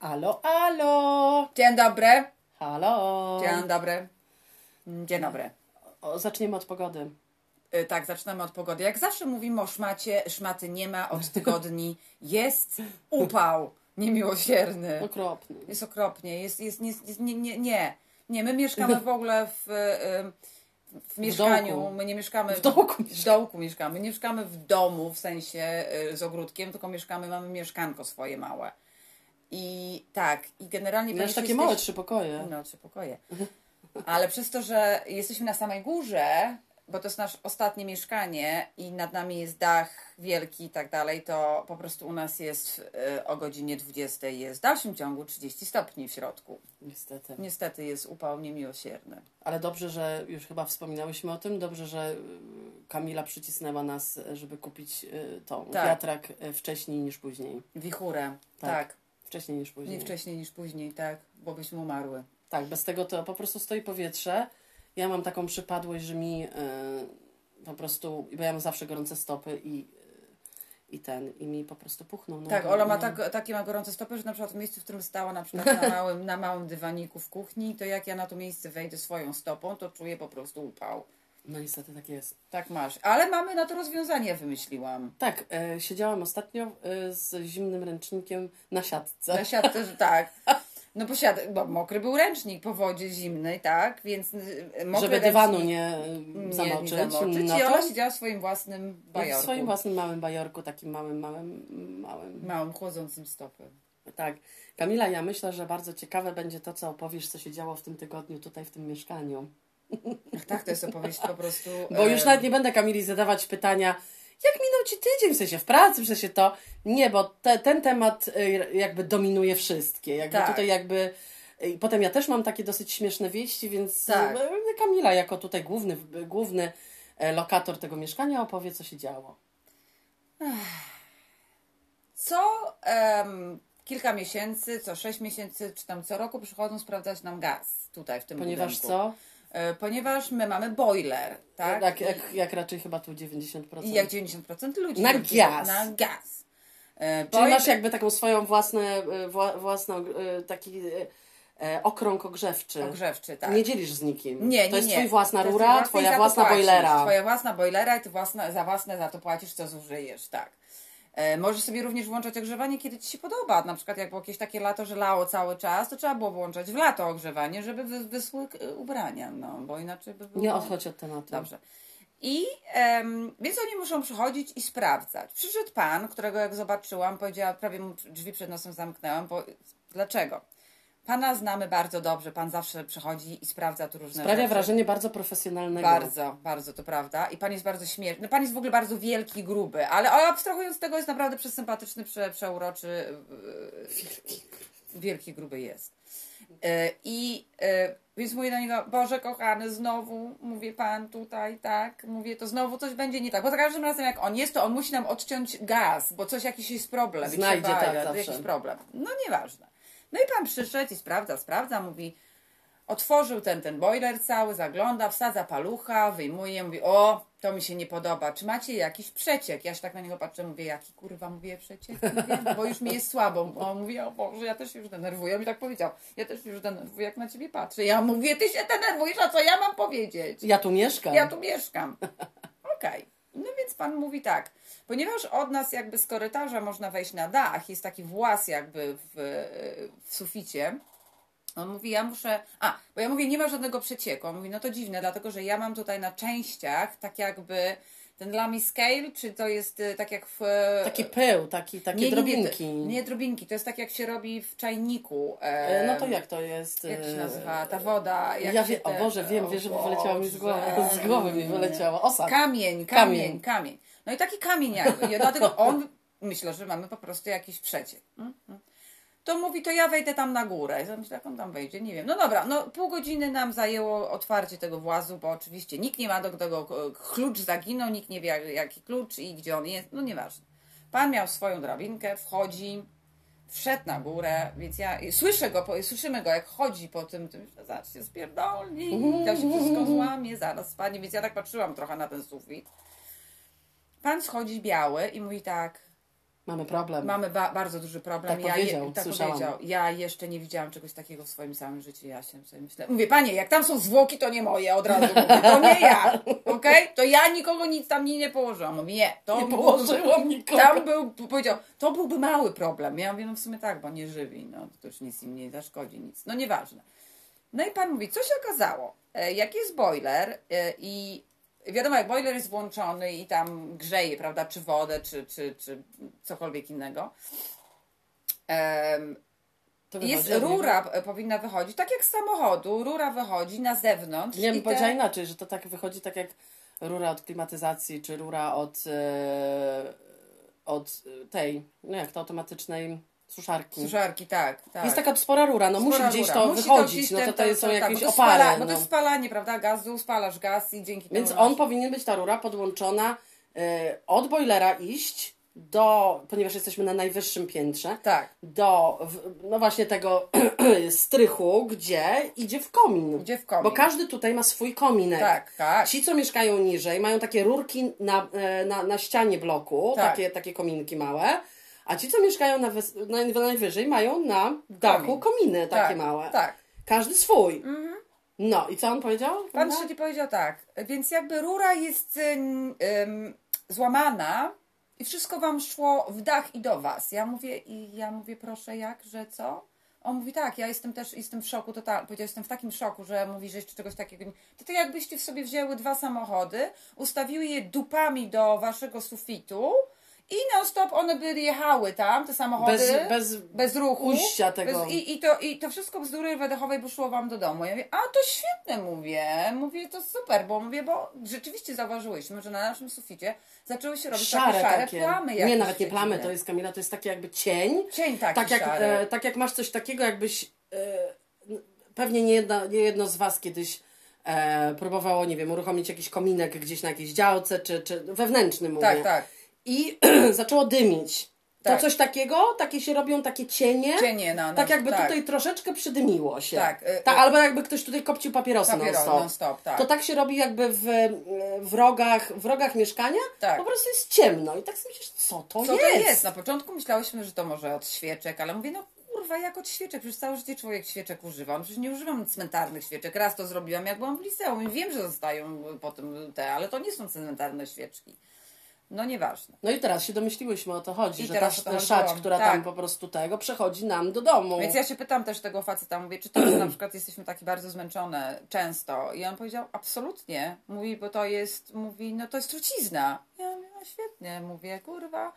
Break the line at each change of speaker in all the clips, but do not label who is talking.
Alo, alo!
Dzień dobry.
Halo!
Dzień dobry. Mm, Dzień dobry.
O, zaczniemy od pogody.
Y, Tak, zaczynamy od pogody. Jak zawsze mówimy o szmacie, szmaty nie ma od tygodni. Jest upał niemiłosierny.
Okropny.
Jest okropnie, jest, jest, jest, jest nie, nie, nie. Nie, my mieszkamy w ogóle w, em, w mieszkaniu,
dołku.
my nie mieszkamy
W dołku
w dołku mieszkamy, nie mieszkamy w domu w sensie y, z ogródkiem, tylko mieszkamy, mamy mieszkanko swoje małe. I tak, i generalnie...
Miałeś
ponieważ
takie
jesteś-
małe trzy pokoje.
No, trzy pokoje.
Mhm.
Ale przez to, że jesteśmy na samej górze, bo to jest nasze ostatnie mieszkanie i nad nami jest dach wielki i tak dalej, to po prostu u nas jest e, o godzinie 20 jest w dalszym ciągu 30 stopni w środku.
Niestety.
Niestety jest upał niemiłosierny.
Ale dobrze, że już chyba wspominałyśmy o tym, dobrze, że y, Kamila przycisnęła nas, żeby kupić y, tą
Tak.
wiatrak y, wcześniej niż później.
Wichurę,
Tak.
tak.
Wcześniej niż
Nie
później.
wcześniej niż później, tak, bo byśmy umarły.
Tak, bez tego to po prostu stoi powietrze. Ja mam taką przypadłość, że mi y, po prostu, bo ja mam zawsze gorące stopy i, y, i ten, i mi po prostu puchną. No,
Tak,
no,
Ola ma
no.
tak, takie ma gorące stopy, że na przykład w miejscu, w którym stała na przykład na małym, na małym dywaniku w kuchni, to jak ja na to miejsce wejdę swoją stopą, to czuję po prostu upał.
No niestety tak jest.
Tak masz. Ale mamy na to rozwiązanie, wymyśliłam.
Tak, e, siedziałam ostatnio e, z zimnym ręcznikiem na siatce.
Na siatce, że tak. No bo, siat, bo mokry był ręcznik po wodzie zimnej, tak? Więc y, mokry
żeby dywanu
ręcznik
nie,
nie
zamoczyć.
Nie zamoczyć.
No
I
to
ona siedziała w swoim własnym bajorku.
w swoim własnym małym bajorku, takim małym, małym, małym.
Małym, chłodzącym stopy.
Tak. Kamila, ja myślę, że bardzo ciekawe będzie to, co opowiesz, co się działo w tym tygodniu tutaj w tym mieszkaniu.
Ach, tak, to jest opowieść po prostu...
Bo już
e,
nawet nie będę Kamili zadawać pytania, jak minął Ci tydzień, w sensie w pracy, w sensie to. Nie, bo te, ten temat y, jakby dominuje wszystkie. Jakby
Tak.
tutaj jakby... y, I potem ja też mam takie dosyć śmieszne wieści, więc
Tak.
y, Kamila jako tutaj główny, y, główny e, lokator tego mieszkania opowie, co się działo.
co em, kilka miesięcy, co sześć miesięcy, czy tam co roku przychodzą sprawdzać nam gaz tutaj w tym
Ponieważ
budynku.
co?
E, Ponieważ my mamy boiler, tak?
Jak, jak, jak raczej chyba tu 90%.
I jak 90% ludzi
Na
ludzi-
gaz.
Na gaz. E,
Czyli
boil-
masz jakby taką swoją własne, y, wła, własną, e, taki e, e, okrąg ogrzewczy.
ogrzewczy, tak.
Nie dzielisz z nikim.
Nie,
to
nie,
jest
nie.
twój własna
To jest
rura,
twój własny i za
twoja
to
własna
płacisz.
bojlera.
Twoja własna bojlera i ty własna, za własne za to płacisz, co zużyjesz, tak. E, możesz sobie również włączać ogrzewanie, kiedy ci się podoba. Na przykład jak było jakieś takie lato, że lało cały czas, to trzeba było włączać w lato ogrzewanie, żeby wy, wyschły e, ubrania, no, bo inaczej by było...
Nie odchodź od tematu.
Dobrze. I em, więc oni muszą przychodzić i sprawdzać. Przyszedł pan, którego jak zobaczyłam, powiedziała, prawie mu drzwi przed nosem zamknęłam, bo dlaczego? Pana znamy bardzo dobrze, pan zawsze przychodzi i sprawdza tu różne
Sprawia
rzeczy.
wrażenie bardzo profesjonalnego.
Bardzo, bardzo, to prawda. I pan jest bardzo śmieszny. No, pan jest w ogóle bardzo wielki, gruby, ale o, abstrahując tego jest naprawdę przesympatyczny, prze, przeuroczy. yy, Wielki, gruby jest. Yy, I yy, więc mówię do niego, Boże kochany, znowu, mówię pan tutaj, tak, mówię, to znowu coś będzie nie tak. Bo za każdym razem jak on jest, to on musi nam odciąć gaz, bo coś jakiś jest problem. I
Znajdzie,
trzeba-
tak, zawsze.
Jakiś problem. No nieważne. No i pan przyszedł i sprawdza, sprawdza, mówi, Otworzył ten, ten boiler cały, zagląda, wsadza palucha, wyjmuje, mówi, o, to mi się nie podoba, czy macie jakiś przeciek? Ja się tak na niego patrzę, mówię, jaki kurwa, mówię, przeciek? Mówię, bo już mi jest słabo. On mówi, o Boże, ja też się już denerwuję. On mi tak powiedział, ja też się już denerwuję, jak na ciebie patrzę. Ja mówię, ty się denerwujesz, a co ja mam powiedzieć?
Ja tu mieszkam.
Ja tu mieszkam. Okej. No więc pan mówi tak, ponieważ od nas jakby z korytarza można wejść na dach, jest taki włas jakby w, w suficie. On mówi, ja muszę. A, bo ja mówię, nie ma żadnego przecieku. On mówi, no to dziwne, dlatego że ja mam tutaj na częściach tak jakby ten lamy scale, czy to jest y, tak jak w.
Taki pył, taki, takie drobinki.
Nie, to- nie drobinki, to jest tak jak się robi w czajniku.
E,
e,
No to jak to jest?
Jak się
e,
nazywa ta woda? Jak
Ja
się
wiem, o
te-
Boże, wiem, wiesz, że wyleciało mi z głowy.
Boże.
Z głowy mi wyleciało. Osad. Kamień.
Kamień, kamień, kamień. No i taki kamień jakby. I dlatego on, myślę, że mamy po prostu jakiś przeciek. Mhm. To mówi, to ja wejdę tam na górę. Ja myślę, jak on tam wejdzie, nie wiem. No dobra, no pół godziny nam zajęło otwarcie tego włazu, bo oczywiście nikt nie ma do tego, e, klucz zaginął, nikt nie wie jak- jaki klucz i gdzie on jest, no nieważne. Pan miał swoją drabinkę, wchodzi, wszedł na górę, więc ja i słyszę go, po, słyszymy go, jak chodzi po tym, tym że zaraz się spierdoli, tam się wszystko złamie, zaraz spadnie, więc ja tak patrzyłam trochę na ten sufit. Pan schodzi biały i mówi tak,
Mamy problem.
Mamy ba- bardzo duży problem.
Tak powiedział,
tak
słyszałam.
powiedział. Ja jeszcze nie widziałam czegoś takiego w swoim samym życiu. Ja się sobie myślę. Mówię, panie, jak tam są zwłoki, to nie moje od razu. Mówię, to nie ja. Okej? To ja nikogo nic tam nie, nie położyłam. Mówię, nie, to
Nie
był-
położyłam nikogo.
Tam był, powiedział, to byłby mały problem. Ja mówię, no w sumie tak, bo nie żywi, no to już nic im nie zaszkodzi, nic. No nieważne. No i pan mówi, co się okazało? E, Jak jest boiler e, i wiadomo, jak boiler jest włączony i tam grzeje, prawda, czy wodę, czy, czy, czy cokolwiek innego. Em,
To
jest
wychodzi od niego.
rura e, powinna wychodzić, tak jak z samochodu, rura wychodzi na zewnątrz.
Nie,
i
bym
te-
powiedziała inaczej, że to tak wychodzi tak jak rura od klimatyzacji, czy rura od, e, od e, tej, no jak to, automatycznej suszarki.
Suszarki, tak, tak.
Jest taka spora rura, no
Spora
musi gdzieś
rura.
to
Musi
wychodzić,
gdzieś
no
ten-
to to
ten-
są
tak,
jakieś
bo to
opary.
Spala, bo to
no.
jest no. spalanie, prawda, gazu, spalasz gaz i dzięki
Więc
temu...
on powinien być, ta rura podłączona e, od boilera iść do, ponieważ jesteśmy na najwyższym piętrze,
Tak,
do, w, no właśnie tego strychu, gdzie idzie w komin.
Idzie w komin.
Bo każdy tutaj ma swój kominek.
tak, tak.
Ci, co mieszkają niżej, mają takie rurki na, e, na, na ścianie bloku,
Tak.
takie, takie kominki małe, a ci, co mieszkają na wys- na, najwyżej, mają na dachu kominy takie
tak,
małe.
Tak.
Każdy swój. No i co on powiedział?
Mhm. Pan
No.
trzeci powiedział tak, więc jakby rura jest ym, ym, złamana i wszystko wam szło w dach i do was. Ja mówię, i ja mówię, proszę, jak, że co? On mówi, tak, ja jestem też, jestem w szoku totalnym. Powiedział, jestem w takim szoku, że mówi, że jeszcze czegoś takiego nie... To, to jakbyście w sobie wzięły dwa samochody, ustawiły je dupami do waszego sufitu i non stop one by jechały tam, te samochody.
Bez, bez,
bez ruchu.
ujścia tego.
Bez, i, i, to, I to wszystko bzdury wydechowej by szło wam do domu. Ja mówię, a to świetne, mówię. Mówię, to super, bo mówię, bo rzeczywiście zauważyłyśmy, że na naszym suficie zaczęły się robić
szare
takie szare
takie.
plamy.
nie,
jakieś
nawet nie
takie
plamy,
dziwne.
to jest Kamila, to jest taki jakby cień.
Cień taki
Tak jak,
szary.
e, tak jak masz coś takiego, jakbyś. E, pewnie nie jedno, nie jedno z Was kiedyś e, próbowało, nie wiem, uruchomić jakiś kominek gdzieś na jakiejś działce, czy, czy wewnętrzny mówię.
tak, tak.
I zaczęło dymić.
Tak.
To coś takiego, takie się robią takie cienie.
Cienie na nas.
Tak jakby tutaj troszeczkę przydymiło się.
Tak, e,
Ta,
e.
albo jakby ktoś tutaj kopcił papierosa
Papieros,
non-stop.
non stop, tak.
To tak się robi jakby w, w, rogach, w rogach mieszkania,
Tak.
po prostu jest ciemno i tak sobie myślisz, co to
Co
jest?
to jest? Na początku myślałyśmy, że to może od świeczek, ale mówię, no kurwa, jak od świeczek? Przecież całe życie człowiek świeczek używa. No Przecież nie używam cmentarnych świeczek. Raz to zrobiłam, jak byłam w liceum i wiem, że zostają potem te, ale to nie są cmentarne świeczki. No nieważne.
No i teraz się domyśliłyśmy o to chodzi,
I
że ta
teraz o to
ta
chodziło.
szać, która
Tak.
tam po prostu tego, przechodzi nam do domu.
Więc ja się pytam też tego faceta, mówię, czy to że na przykład jesteśmy taki bardzo zmęczone często? I on powiedział, absolutnie. Mówi, bo to jest, mówi, no to jest trucizna. Ja mówię, no świetnie, mówię, kurwa.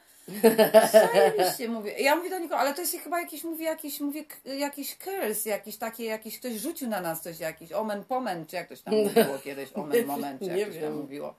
Zajebiście, mówię. Ja mówię do niego, ale to jest chyba jakiś, mówię, jakiś, mówię, k- jakiś curse, jakiś taki, jakiś, ktoś rzucił na nas coś, jakiś omen, pomen, czy jak ktoś tam mówiło kiedyś, omen, moment, czy
Nie
jak ktoś tam
wiem.
mówiło.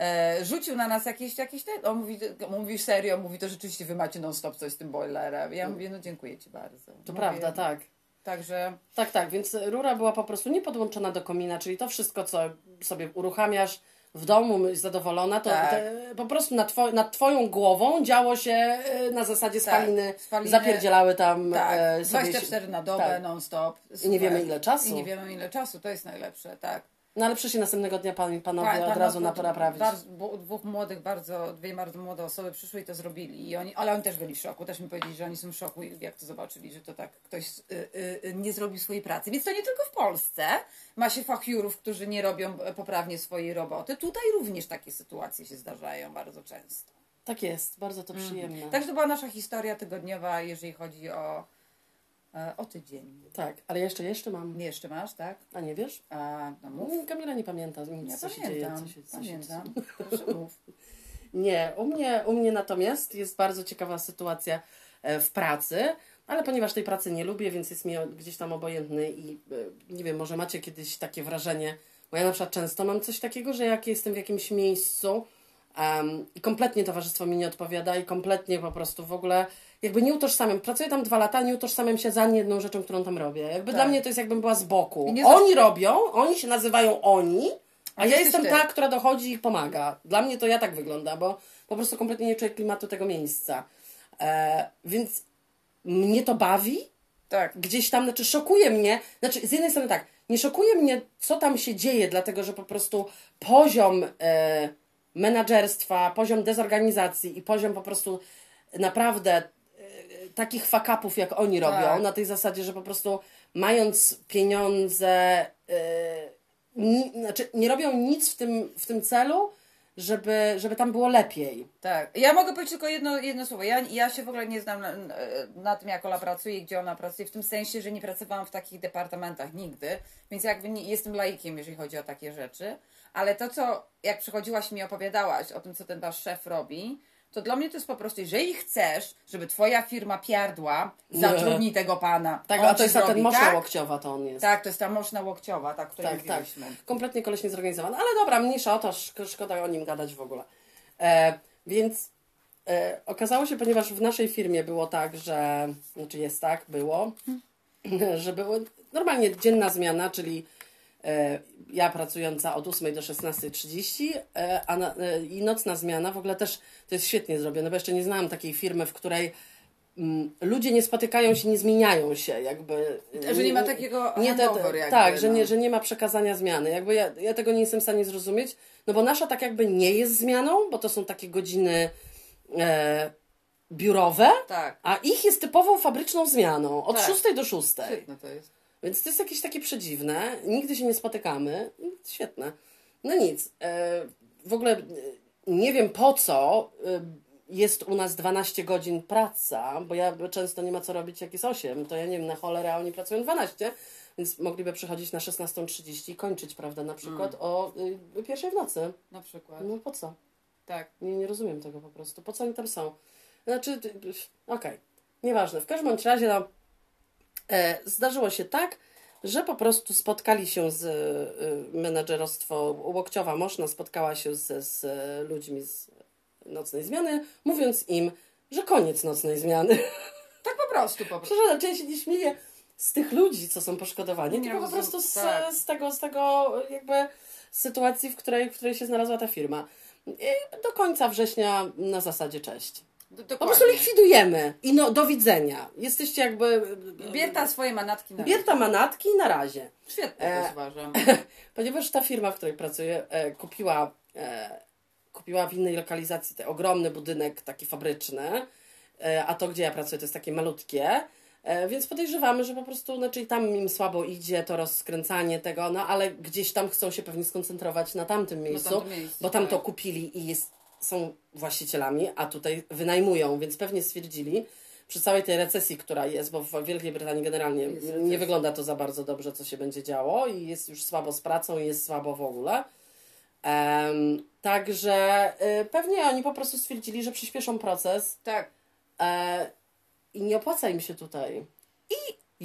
E, rzucił na nas jakieś, jakieś ten, on mówi, mówi serio, mówi, to rzeczywiście wy macie non stop coś z tym boilerem. Ja mówię, no dziękuję ci
To
bardzo. mówię,
prawda, tak.
Także
Tak, tak, więc rura była po prostu niepodłączona do komina, czyli to wszystko, co sobie uruchamiasz w domu, jesteś zadowolona, to
Tak.
te, po prostu nad, two, nad twoją głową działo się e, na zasadzie
Tak,
spaliny,
spaliny.
zapierdzielały tam
tak,
e, sobie...
24 na dobę,
tak.
non stop.
I nie wiemy, ile czasu.
I nie wiemy ile czasu, to jest najlepsze, tak.
No ale przyszli następnego dnia pan, panowie
Pan-
No, od
pan-
razu
pan-
na- naprawić.
Tak, Bardzo, bu- dwóch młodych, bardzo, dwie bardzo młode osoby przyszły i to zrobili. I oni, ale oni też byli w szoku. Też mi powiedzieli, że oni są w szoku, jak to zobaczyli, że to tak ktoś y, y, y, nie zrobił swojej pracy. Więc to nie tylko w Polsce ma się fachiurów, którzy nie robią e, poprawnie swojej roboty. Tutaj również takie sytuacje się zdarzają bardzo często.
Tak jest, bardzo
Mhm.
to przyjemne.
Także to była nasza historia tygodniowa, jeżeli chodzi o, e, o tydzień.
Tak, ale jeszcze, jeszcze mam.
Jeszcze masz, tak?
A nie wiesz?
A, no mów.
Mm, Kamila nie pamięta nic,
Ja
co się dzieje.
pamiętam,
Co się, co się dzieje.
pamiętam. Proszę mów.
Nie, u mnie, u mnie natomiast jest bardzo ciekawa sytuacja e, w pracy, ale ponieważ tej pracy nie lubię, więc jest mi o- gdzieś tam obojętny i e, nie wiem, może macie kiedyś takie wrażenie, bo ja na przykład często mam coś takiego, że jak jestem w jakimś miejscu em, i kompletnie towarzystwo mi nie odpowiada i kompletnie po prostu w ogóle jakby nie utożsamiam, pracuję tam dwa lata, nie utożsamiam się za ani jedną rzeczą, którą tam robię. Jakby dla mnie to jest jakbym była z boku.
Tak. I nie
Oni robią, oni się nazywają oni, a
A
ja
jesteś
jestem
ty.
ta, która dochodzi i ich pomaga. Dla mnie to ja tak wygląda, bo po prostu kompletnie nie czuję klimatu tego miejsca. E, więc mnie to bawi,
Tak.
gdzieś tam, znaczy szokuje mnie, znaczy z jednej strony tak, nie szokuje mnie, co tam się dzieje, dlatego że po prostu poziom e, menadżerstwa, poziom dezorganizacji i poziom po prostu naprawdę y, takich fakapów, jak oni robią,
Tak.
na tej zasadzie, że po prostu mając pieniądze, y, ni, znaczy nie robią nic w tym, w tym celu, żeby, żeby tam było lepiej.
Tak. Ja mogę powiedzieć tylko jedno, jedno słowo. Ja, ja się w ogóle nie znam na, na tym, jak Ola pracuje i gdzie ona pracuje, w tym sensie, że nie pracowałam w takich departamentach nigdy, więc jakby nie, jestem laikiem, jeżeli chodzi o takie rzeczy. Ale to, co jak przychodziłaś i mi opowiadałaś o tym, co ten wasz szef robi, to dla mnie to jest po prostu, jeżeli chcesz, żeby twoja firma piardła, zatrudnij tego pana.
Tak,
On
a
ci
to jest ta
zrobi,
ten mocna
tak?
łokciowa, to on jest.
Tak, to jest ta moczna łokciowa, ta, której
tak, tak.
mówiliśmy.
Kompletnie koleś niezorganizowany. Ale dobra, mniejsza o to, szk- szkoda o nim gadać w ogóle. E, więc e, okazało się, ponieważ w naszej firmie było tak, że, znaczy jest tak, było, że były normalnie dzienna zmiana, czyli e, ja pracująca od 8 do 16.30, e, a na, e, i nocna zmiana w ogóle też to jest świetnie zrobione, bo jeszcze nie znałam takiej firmy, w której mm, ludzie nie spotykają się, nie zmieniają się, jakby. e,
Że nie ma takiego handover jakby,
Tak, że,
no.
nie, że nie ma przekazania zmiany. Jakby ja, ja tego nie jestem w stanie zrozumieć, no bo nasza tak jakby nie jest zmianą, bo to są takie godziny e, biurowe,
Tak.
a ich jest typową fabryczną zmianą, od
Tak.
6 do 6.
Świetne to jest.
Więc to jest jakieś takie przedziwne. Nigdy się nie spotykamy. Świetne. No nic. E, w ogóle e, nie wiem po co e, jest u nas 12 godzin praca, bo ja często nie ma co robić jak jest 8. To ja nie wiem, na cholerę, a oni pracują 12. Więc mogliby przychodzić na 16.30 i kończyć, prawda, na przykład o y, pierwszej w nocy.
Na przykład.
No po co?
Tak.
Nie, nie rozumiem tego po prostu. Po co oni tam są? Znaczy, d- d- okej, nieważne. W każdym bądź razie no, e, zdarzyło się tak, że po prostu spotkali się z e, menadżerostwo Łokciowa Moszna, spotkała się z, z ludźmi z nocnej zmiany, mówiąc im, że koniec nocnej zmiany.
Tak po prostu, po prostu.
Przepraszam, ja się nie śmieję z tych ludzi, co są poszkodowani,
Nie
tylko po
rozumiem,
prostu z,
tak.
z, tego, z tego jakby sytuacji, w której, w której się znalazła ta firma. I do końca września na zasadzie cześć.
Do,
Po
dokładnie.
prostu likwidujemy i no, do widzenia. Jesteście jakby...
Bierta swoje manatki na
Bierta manatki i na razie.
Świetnie
E.
to jest, uważam.
Ponieważ ta firma, w której pracuję, e, kupiła, e, kupiła w innej lokalizacji ten ogromny budynek taki fabryczny, e, a to, gdzie ja pracuję, to jest takie malutkie. E, więc podejrzewamy, że po prostu, znaczy i tam im słabo idzie to rozkręcanie tego, no ale gdzieś tam chcą się pewnie skoncentrować na tamtym miejscu,
miejscu,
bo tam to
tak.
kupili i jest, są właścicielami, a tutaj wynajmują, więc pewnie stwierdzili przy całej tej recesji, która jest, bo w Wielkiej Brytanii generalnie
Jest
nie
recesja.
wygląda to za bardzo dobrze, co się będzie działo i jest już słabo z pracą i jest słabo w ogóle. Em, także y, pewnie oni po prostu stwierdzili, że przyspieszą proces
Tak.
e, i nie opłaca im się tutaj. I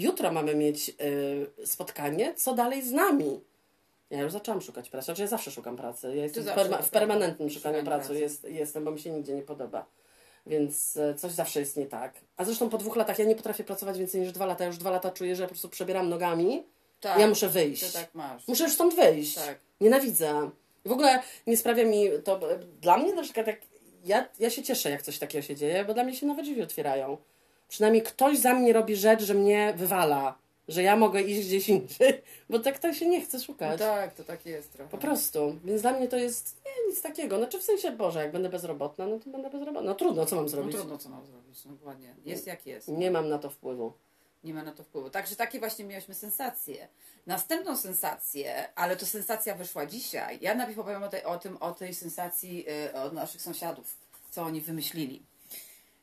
jutro mamy mieć y, spotkanie, co dalej z nami. Ja już zaczęłam szukać pracy, znaczy ja zawsze szukam pracy. Ja jestem w,
zawsze
perma-
szukasz
w permanentnym
pracy.
szukaniu
Szukaniu
pracy
pracy.
jest, jestem, bo mi się nigdzie nie podoba. Więc e, coś zawsze jest nie tak. A zresztą po dwóch latach ja nie potrafię pracować więcej niż dwa lata. Ja już dwa lata czuję, że ja po prostu przebieram nogami.
tak.
ja muszę
Ty
wyjść.
tak masz.
Muszę już stąd wyjść.
Tak.
Nienawidzę. W ogóle nie sprawia mi to. Dla mnie na przykład jak. Ja, ja się cieszę, jak coś takiego się dzieje, bo dla mnie się nowe drzwi otwierają. Przynajmniej ktoś za mnie robi rzecz, że mnie wywala, że ja mogę iść gdzieś indziej, bo tak to się nie chce
No
szukać.
tak, to tak jest trochę.
Po prostu. Więc dla mnie to jest nie, nic takiego. Znaczy w sensie, Boże, jak będę bezrobotna, no to będę bezrobotna. No trudno, co mam
No
zrobić?
trudno, co mam zrobić. No dokładnie. Jest jak jest.
nie mam na to wpływu.
Nie ma na to wpływu. Także takie właśnie mieliśmy sensacje. Następną sensację, ale to sensacja wyszła dzisiaj. Ja najpierw opowiem o, tej, o tym, o tej sensacji y, od naszych sąsiadów, co oni wymyślili.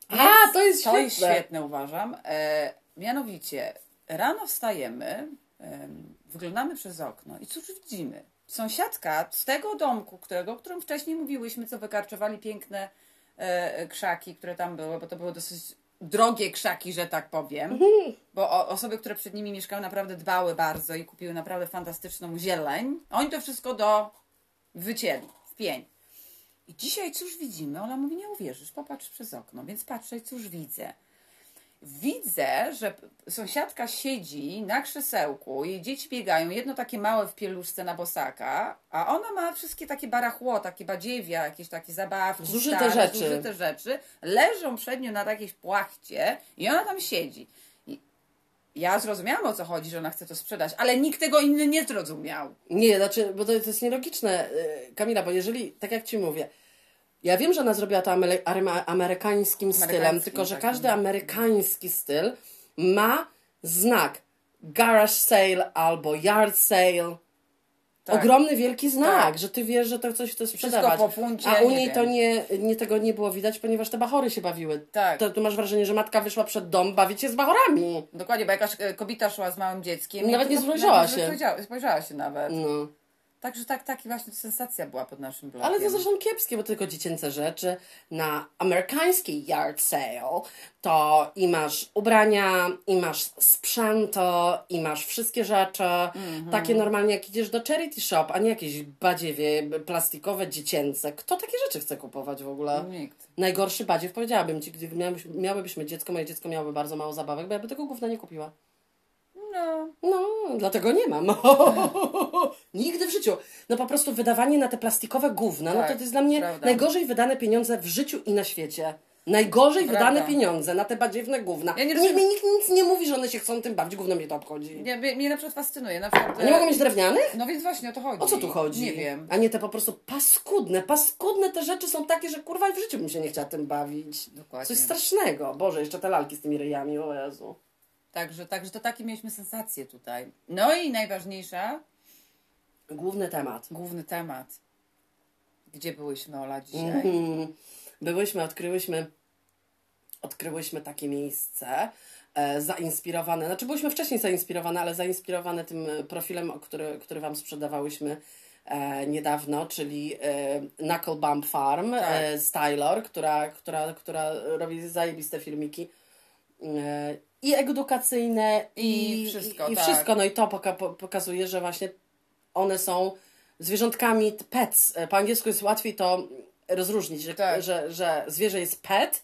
A, to jest
To jest
świetne.
świetne, uważam. E, mianowicie, rano wstajemy, em, wyglądamy przez okno i cóż widzimy? Sąsiadka z tego domku, którego, o którym wcześniej mówiłyśmy, co wykarczowali piękne e, krzaki, które tam były, bo to były dosyć drogie krzaki, że tak powiem, bo o, osoby, które przed nimi mieszkały, naprawdę dbały bardzo i kupiły naprawdę fantastyczną zieleń. Oni to wszystko do wycięli w pień. I dzisiaj cóż widzimy? Ona mówi, nie uwierzysz, popatrz przez okno, więc patrzę, i cóż widzę. Widzę, że p- sąsiadka siedzi na krzesełku, jej dzieci biegają, jedno takie małe w pieluszce na bosaka, a ona ma wszystkie takie barachło, takie badziewia, jakieś takie zabawki,
Zużyte
stare,
rzeczy.
zużyte rzeczy, leżą przed nią na takiej płachcie i ona tam siedzi. I ja zrozumiałam, o co chodzi, że ona chce to sprzedać, ale nikt tego inny nie zrozumiał.
Nie, znaczy, bo to, to jest nielogiczne, y, Kamila, bo jeżeli, tak jak ci mówię, Ja wiem, że ona zrobiła to amele- aryma- amerykańskim stylem,
Amerykańskim,
tylko że
tak.
każdy amerykański styl ma znak garage sale albo yard sale.
Tak.
Ogromny, wielki znak,
Tak.
że ty wiesz, że to coś chce
wszystko
sprzedawać.
po funcie,
A u
nie
niej
wiem.
to nie, nie, tego nie było widać, ponieważ te bachory się bawiły.
Tak.
To, tu masz wrażenie, że matka wyszła przed dom bawić się z bachorami.
Dokładnie, bo jakaś e, kobieta szła z małym dzieckiem.
Nawet nie
Nawet
spojrzała
nawet
się.
nie spojrzała- Spojrzała się nawet.
No.
Także tak, taki właśnie sensacja była pod naszym blogiem.
Ale to zresztą kiepskie, bo tylko dziecięce rzeczy. Na amerykańskiej yard sale to i masz ubrania, i masz sprzęto, i masz wszystkie rzeczy. Takie normalnie jak idziesz do charity shop, a nie jakieś badziewie plastikowe, dziecięce. Kto takie rzeczy chce kupować w ogóle?
No, Nikt.
Najgorszy badziew, powiedziałabym ci, gdy miałbyś- miałybyśmy dziecko, moje dziecko miałoby bardzo mało zabawek, bo ja by tego gówna nie kupiła.
No,
No, dlatego nie mam. Nigdy w życiu. No po prostu wydawanie na te plastikowe gówna, no
Tak,
to to jest dla mnie
prawda.
najgorzej wydane pieniądze w życiu i na świecie. Najgorzej
Prawda.
wydane pieniądze na te badziewne gówna.
Ja nie
nie
rozumiem-
nikt, mi nikt nic nie mówi, że one się chcą tym bawić, gówno mnie to obchodzi.
mnie, mnie na przykład fascynuje. Na przykład,
A nie
e,
mogą mieć drewnianych?
No więc właśnie o to chodzi.
O co tu chodzi?
Nie wiem.
A nie te po prostu paskudne, paskudne te rzeczy są takie, że kurwa i w życiu bym się nie chciała tym bawić.
Dokładnie.
Coś strasznego. Boże, jeszcze te lalki z tymi ryjami, o Jezu.
Także, także to takie mieliśmy sensacje tutaj. No i najważniejsza,
Główny temat.
główny temat. Gdzie byłyśmy, Ola, dzisiaj?
Mhm. Byłyśmy, odkryłyśmy, odkryłyśmy takie miejsce e, zainspirowane, znaczy byłyśmy wcześniej zainspirowane, ale zainspirowane tym e, profilem, o który, który Wam sprzedawałyśmy e, niedawno, czyli e, Knuckle Bump Farm
Tak.
e, z Taylor, która, która, która robi zajebiste filmiki. e, I edukacyjne,
I wszystko,
i
tak.
wszystko. No i to poka- po- pokazuje, że właśnie one są zwierzątkami t- pets. E, Po angielsku jest łatwiej to rozróżnić, że,
Tak.
że, że zwierzę jest pet,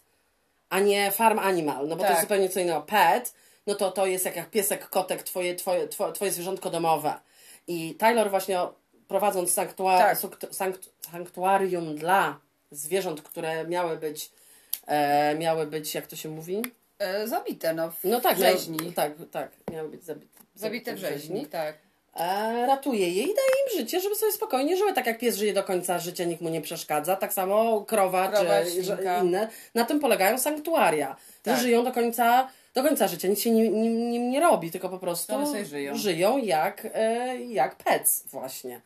a nie farm animal, no bo to
Tak.
jest zupełnie co innego. Pet, no to to jest jak, jak piesek, kotek, twoje, twoje, twoje, twoje zwierzątko domowe. I Taylor właśnie o- prowadząc sanktua-
Tak.
sukt- sankt- sanktuarium dla zwierząt, które miały być, e, miały być, jak to się mówi?
E, zabite, no. W
No tak, miały-
rzeźni.
tak, tak, miały być zabite.
Zabite w rzeźni, tak.
E, ratuje je i daje im życie, żeby sobie spokojnie żyły. Tak jak pies żyje do końca życia, nikt mu nie przeszkadza. Tak samo krowa,
Krowa,
czy że
świnka.
inne. Na tym polegają sanktuaria.
Tak.
Że żyją do końca, do końca życia. Nic się nim, nim, nim nie robi, tylko po prostu
One sobie żyją.
jak, e, jak pec właśnie.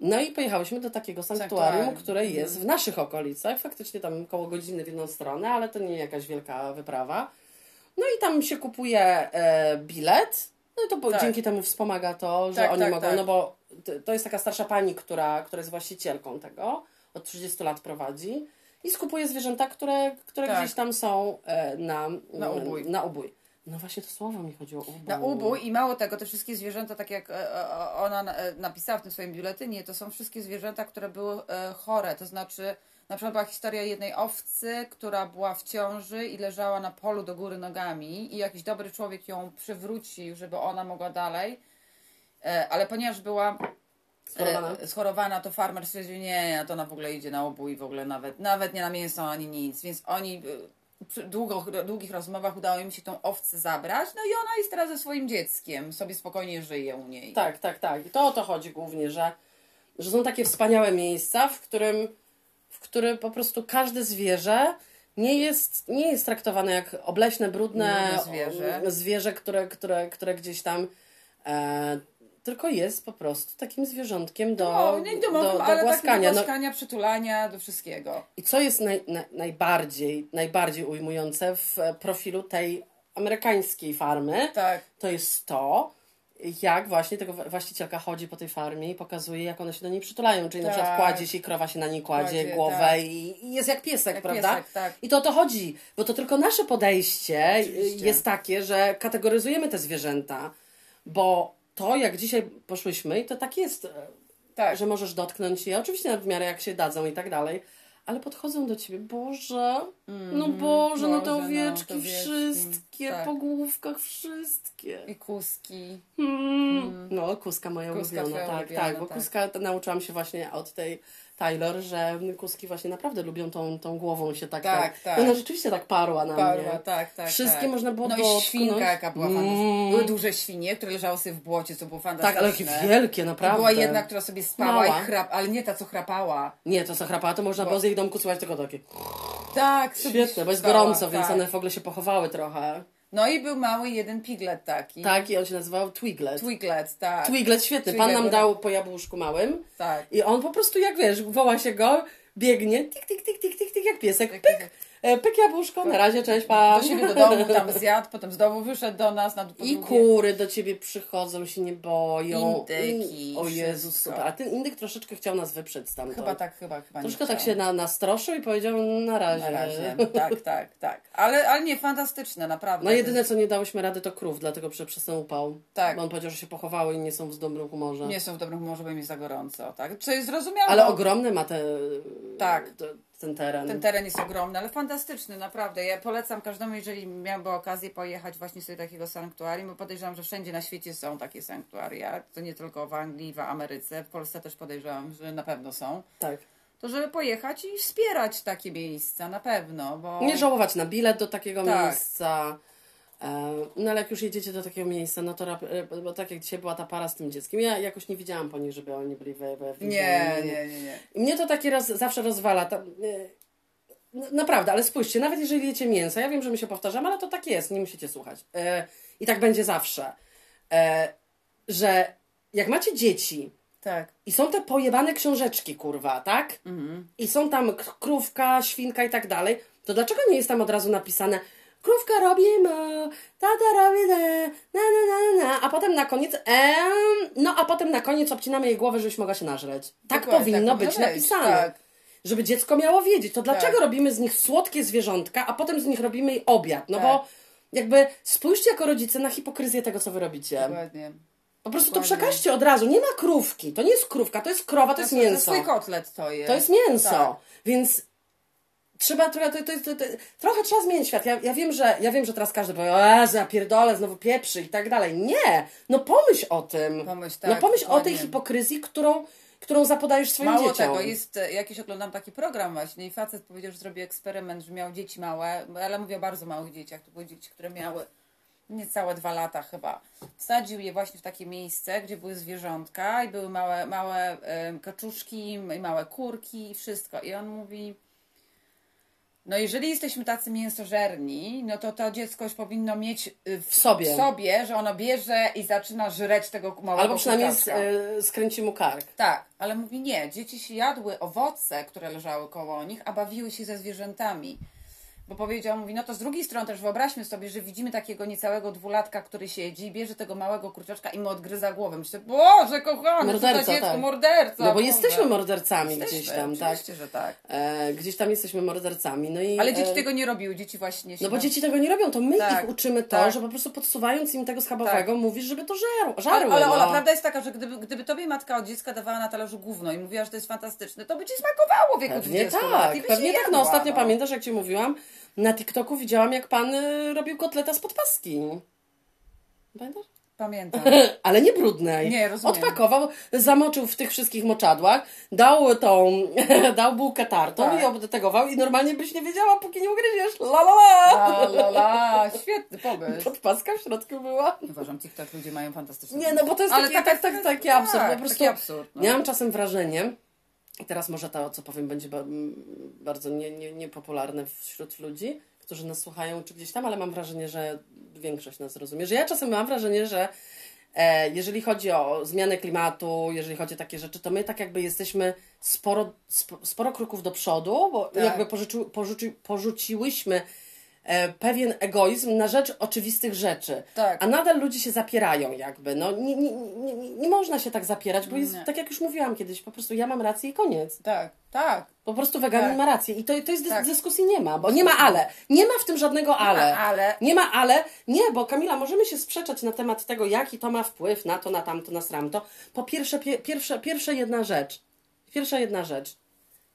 No i pojechałyśmy do takiego sanktuarium,
Sanktuarium. Mhm.
które jest w naszych okolicach. Faktycznie tam koło godziny w jedną stronę, ale to nie jakaś wielka wyprawa. No i tam się kupuje e, bilet. No i to po,
Tak.
dzięki temu wspomaga to, że
Tak,
oni
tak,
mogą,
tak.
no bo t- to jest taka starsza pani, która, która jest właścicielką tego, od 30 lat prowadzi i skupuje zwierzęta, które, które
Tak.
gdzieś tam są e, na,
Na ubój.
na ubój. No właśnie to słowo mi chodziło. Ubój.
Na ubój i mało tego, te wszystkie zwierzęta, tak jak e, e, ona na- e, napisała w tym swoim biuletynie, to są wszystkie zwierzęta, które były e, chore. To znaczy, na przykład była historia jednej owcy, która była w ciąży i leżała na polu do góry nogami i jakiś dobry człowiek ją przywrócił, żeby ona mogła dalej. E, Ale ponieważ była
Schorowana.
E, schorowana, to farmer stwierdził, nie, to ona w ogóle idzie na obój, w ogóle nawet, nawet nie na mięso ani nic. Więc oni e, przy długo, długich rozmowach udało im się tą owcę zabrać, no i ona jest teraz ze swoim dzieckiem, sobie spokojnie żyje u niej.
Tak, tak, tak. I to o to chodzi głównie, że, że są takie wspaniałe miejsca, w którym, w którym po prostu każde zwierzę nie jest, nie jest traktowane jak obleśne, brudne
Brudne zwierzę.
o, zwierzę które, które, które gdzieś tam. E, tylko jest po prostu takim zwierzątkiem do,
No, nie domowym,
do, do
ale tak
głaskania.
do
No,
głaskania, przytulania, do wszystkiego.
I co jest naj, na, najbardziej, najbardziej ujmujące w e, profilu tej amerykańskiej farmy,
Tak,
to jest to, jak właśnie tego wa- właścicielka chodzi po tej farmie i pokazuje, jak one się do niej przytulają. Czyli na
Tak.
przykład kładzie się i krowa się na niej kładzie,
Kładzie,
głowę
tak.
i, i jest jak piesek,
Jak
prawda?
piesek, tak.
I to o to chodzi, bo to tylko nasze podejście y,
Oczywiście.
jest takie, że kategoryzujemy te zwierzęta, bo to, jak dzisiaj poszłyśmy, i to tak jest,
tak.
że możesz dotknąć je, oczywiście w miarę jak się dadzą i tak dalej, ale podchodzą do ciebie, Boże, no Boże, no
Boże,
to
no,
owieczki
to owieczki,
wszystkie,
tak.
po główkach wszystkie.
I kuski.
Mm. No, kuska moja
Kuska
ulubiona,
twoja
tak,
ulubiona,
tak, bo
tak.
kuska to nauczyłam się właśnie od tej Taylor, że kuski właśnie naprawdę lubią tą, tą głową się tak...
Tak, tak.
Ona rzeczywiście tak parła na
Parła,
mnie.
tak, tak.
Wszystkie
tak.
można było
No i
dotknąć.
świnka, jaka była fantastyczna.
Mm.
Były duże świnie, które leżały sobie w błocie, co było
Tak, ale jakie
fantastyczne.
wielkie,
I
naprawdę.
była jedna, która sobie spała
Mała.
i chrap, ale nie ta, co chrapała.
Nie, to zachrapała, to można
Bo-
było z jej domku słuchać tylko takie.
Tak, sobie
Świetne, bo jest
spała,
gorąco, więc
tak.
one w ogóle się pochowały trochę.
No i był mały jeden piglet taki.
Tak, i on się nazywał Twiglet.
Twiglet, tak.
Twiglet, świetny. Pan nam
Twiglet, tak.
dał po jabłuszku małym
tak.
i on po prostu, jak wiesz, woła się go, biegnie, tik, tik, tik, tik, tik, tik, jak piesek, pyk, e, pyk jabłuszko, na razie, cześć, pan.
Tak. Do siebie do domu tam zjadł, potem z domu wyszedł do nas na
I
podwórkie.
kury do ciebie przychodzą, się nie boją.
Indyki,
I- O Jezu,
wszystko.
super. A ten indyk troszeczkę chciał nas wyprzeć stamtąd.
Chyba tak, chyba, chyba nie
Troszkę tak się
chciałem.
na, nastroszył i powiedział, "Mm, na razie.
Na razie, tak, tak, tak. Ale, ale nie, fantastyczne, naprawdę.
No jedyne co nie dałyśmy rady to krów, dlatego że przez ten upał.
Tak.
Bo on powiedział, że się pochowały i nie są w dobrym humorze.
Nie są w dobrym humorze, bo im jest za gorąco, tak? Co jest zrozumiałe.
Ale
bo
ogromny ma te,
Tak.
te, ten teren.
Ten teren jest ogromny, ale fantastyczny, naprawdę. Ja polecam każdemu, jeżeli miałby okazję pojechać właśnie sobie do takiego sanktuarium, bo podejrzewam, że wszędzie na świecie są takie sanktuaria. To nie tylko w Anglii, w Ameryce, w Polsce też podejrzewam, że na pewno są.
Tak.
To żeby pojechać i wspierać takie miejsca, na pewno, bo...
Nie żałować na bilet do takiego
No. Tak.
miejsca. E, No ale jak już jedziecie do takiego miejsca, no to rap, e, bo tak jak dzisiaj była ta para z tym dzieckiem, ja jakoś nie widziałam po nich, żeby oni byli we, we w
nie, nie, nie, nie.
I mnie to takie roz, zawsze rozwala. Ta, y, n- naprawdę, ale spójrzcie, nawet jeżeli jecie mięsa, ja wiem, że my się powtarzamy, ale to tak jest, nie musicie słuchać. E, I tak będzie zawsze. E, że jak macie dzieci
Tak.
i są te pojebane książeczki, kurwa, tak?
Mhm.
I są tam k- krówka, świnka i tak dalej, to dlaczego nie jest tam od razu napisane krówka robi mo, tata robi de, na na na na, a potem na koniec em, no a potem na koniec obcinamy jej głowę, żebyś mogła się nażreć. Tak
Dokładnie,
powinno
tak
być
powinno
napisane.
Tak.
Żeby dziecko miało wiedzieć, to dlaczego
Tak.
robimy z nich słodkie zwierzątka, a potem z nich robimy jej obiad? No
Tak.
bo jakby spójrzcie jako rodzice na hipokryzję tego, co wy robicie.
Dokładnie.
Po prostu
Dokładnie.
to przekażcie od razu. Nie ma krówki. To nie jest krówka, to jest krowa, to jest
jest
mięso.
swój kotlet to jest.
To jest mięso.
Tak.
Więc trzeba trochę, to, to, to, to, trochę trzeba zmienić świat. Ja, ja, wiem, że, ja wiem, że teraz każdy powie, o Jezu, ja pierdolę, znowu pieprzy i tak dalej. Nie! No pomyśl o tym.
Pomyśl,
no
tak,
pomyśl o
dokładnie.
tej hipokryzji, którą, którą zapodajesz swoim
Mało
dzieciom.
tego, jest e, jakiś, oglądam taki program właśnie i facet powiedział, że zrobił eksperyment, że miał dzieci małe, ale mówię o bardzo małych dzieciach, to były dzieci, które miały niecałe dwa lata chyba. Wsadził je właśnie w takie miejsce, gdzie były zwierzątka i były małe, małe e, kaczuszki, i małe kurki i wszystko. I on mówi... No jeżeli jesteśmy tacy mięsożerni, no to to dziecko już powinno mieć y, w,
sobie.
w sobie, że ono bierze i zaczyna żreć tego małego
Albo przynajmniej z,
kurczaczka.
y, skręci mu kark.
Tak, ale mówi nie, dzieci się jadły owoce, które leżały koło nich, a bawiły się ze zwierzętami. Bo powiedział, mówi, no to z drugiej strony też wyobraźmy sobie, że widzimy takiego niecałego dwulatka, który siedzi, bierze tego małego kurczaczka i mu odgryza głowę. Myślę, Boże kochany, co za
Morderca,
dziecko,
tak.
morderca.
No bo
Boże.
jesteśmy mordercami
Jesteśmy,
gdzieś tam, tak?
oczywiście, że tak.
E, gdzieś tam jesteśmy mordercami. No i,
Ale dzieci
e,
tego nie robiły, dzieci właśnie się...
No bo
tam-
dzieci tego nie robią, to my
Tak,
ich uczymy to,
tak.
że po prostu podsuwając im tego schabowego mówisz, żeby to żarł, żarły.
Ale, ale
no.
Ola, prawda jest taka, że gdyby, gdyby tobie matka od dziecka dawała na talerzu gówno i mówiła, że to jest fantastyczne, to by ci smakowało w wieku
Pewnie
20
tak,
lat i byś
pewnie
je
tak.
jadła,
No ostatnio pamiętasz, jak Ci mówiłam, na TikToku widziałam, jak Pan y, robił kotleta z podpaski. Pamiętasz?
Pamiętam.
Ale nie brudnej.
Nie, rozumiem.
Odpakował, zamoczył w tych wszystkich moczadłach, dał tą, dał bułkę tartą
Tak.
i obdetegował i normalnie byś nie wiedziała, póki nie ugryziesz. La la la!
La, la, la, świetny pomysł.
Podpaska w środku była.
Uważam, TikTok ludzie mają fantastyczne.
Nie, no bo to jest
Ale
taki,
tak-
tak, tak, tak, taki absurd.
tak,
po prostu
taki absurd, no.
miałam czasem wrażenie, i teraz może to, co powiem, będzie ba- m, bardzo nie, nie, niepopularne wśród ludzi, którzy nas słuchają czy gdzieś tam, ale mam wrażenie, że większość nas rozumie, że ja czasem mam wrażenie, że e, jeżeli chodzi o zmianę klimatu, jeżeli chodzi o takie rzeczy, to my tak jakby jesteśmy sporo, sp, sporo kroków do przodu, bo
Tak.
jakby porzucił, porzuci, porzuciłyśmy e, pewien egoizm na rzecz oczywistych rzeczy.
Tak.
A nadal ludzie się zapierają jakby. No, nie, nie, nie, nie- nie można się tak zapierać, bo jest,
No Nie.
tak jak już mówiłam kiedyś, po prostu ja mam rację i koniec.
Tak, tak.
Po prostu weganin
Tak.
ma rację. I to, to jest dys-
Tak.
dyskusji nie ma, bo nie ma ale. Nie ma w tym żadnego ale.
A, ale.
Nie ma ale. Nie, bo Kamila, możemy się sprzeczać na temat tego, jaki to ma wpływ na to, na tamto, na sramto. Po pierwsze, pie, pierwsza, pierwsza jedna rzecz. Pierwsza jedna rzecz.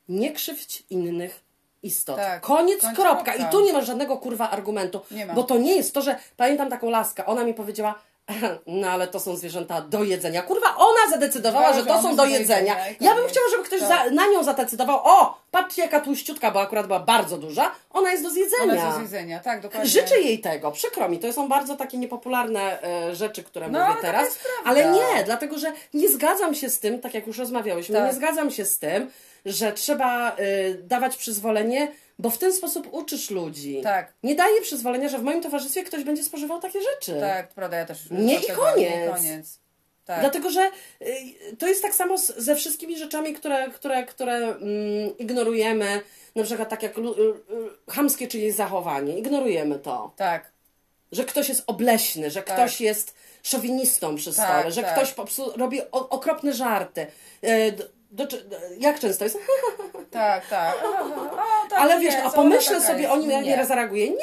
Nie krzywdź innych istot.
Tak.
Koniec,
Koniec,
kropka.
kropka.
I tu nie ma żadnego kurwa argumentu.
Nie ma.
Bo to nie jest to, że pamiętam taką laskę. Ona mi powiedziała, No ale to są zwierzęta do jedzenia. Kurwa, ona zadecydowała,
Tak,
że
że
to
one
są
są
do
do
jedzenia.
jedzenia i
Ja bym
koniec.
chciała, żeby ktoś
Tak.
za, na nią zadecydował. O, patrzcie jaka tłuściutka, bo akurat była bardzo duża. Ona jest do
One
zjedzenia.
są z jedzenia, tak, dokładnie.
Życzę jej tego, przykro mi. To są bardzo takie niepopularne e, rzeczy, które
No,
mówię
ale taka
teraz.
jest prawda.
ale nie, dlatego że nie zgadzam się z tym, tak jak już rozmawiałyśmy,
Tak.
nie zgadzam się z tym, że trzeba e, dawać przyzwolenie, bo w ten sposób uczysz ludzi.
Tak.
Nie daję przyzwolenia, że w moim towarzystwie ktoś będzie spożywał takie rzeczy.
Tak, prawda, ja też.
Nie
do
i
tego-
koniec.
koniec. Tak.
Dlatego, że y, to jest tak samo z, ze wszystkimi rzeczami, które, które, które mm, ignorujemy, na przykład tak jak lu- y, y, chamskie czyjeś zachowanie, ignorujemy to.
Tak.
Że ktoś jest obleśny, że
Tak.
ktoś jest szowinistą przy stole,
Tak,
że
tak.
ktoś po prostu robi o, okropne żarty. E, do, do, czy- jak często jest?
Tak, tak. O, tak,
Ale wiesz,
nie,
a
co ona
pomyślę
taka
sobie
jest?
o nim, jak nie zareaguje. Nie,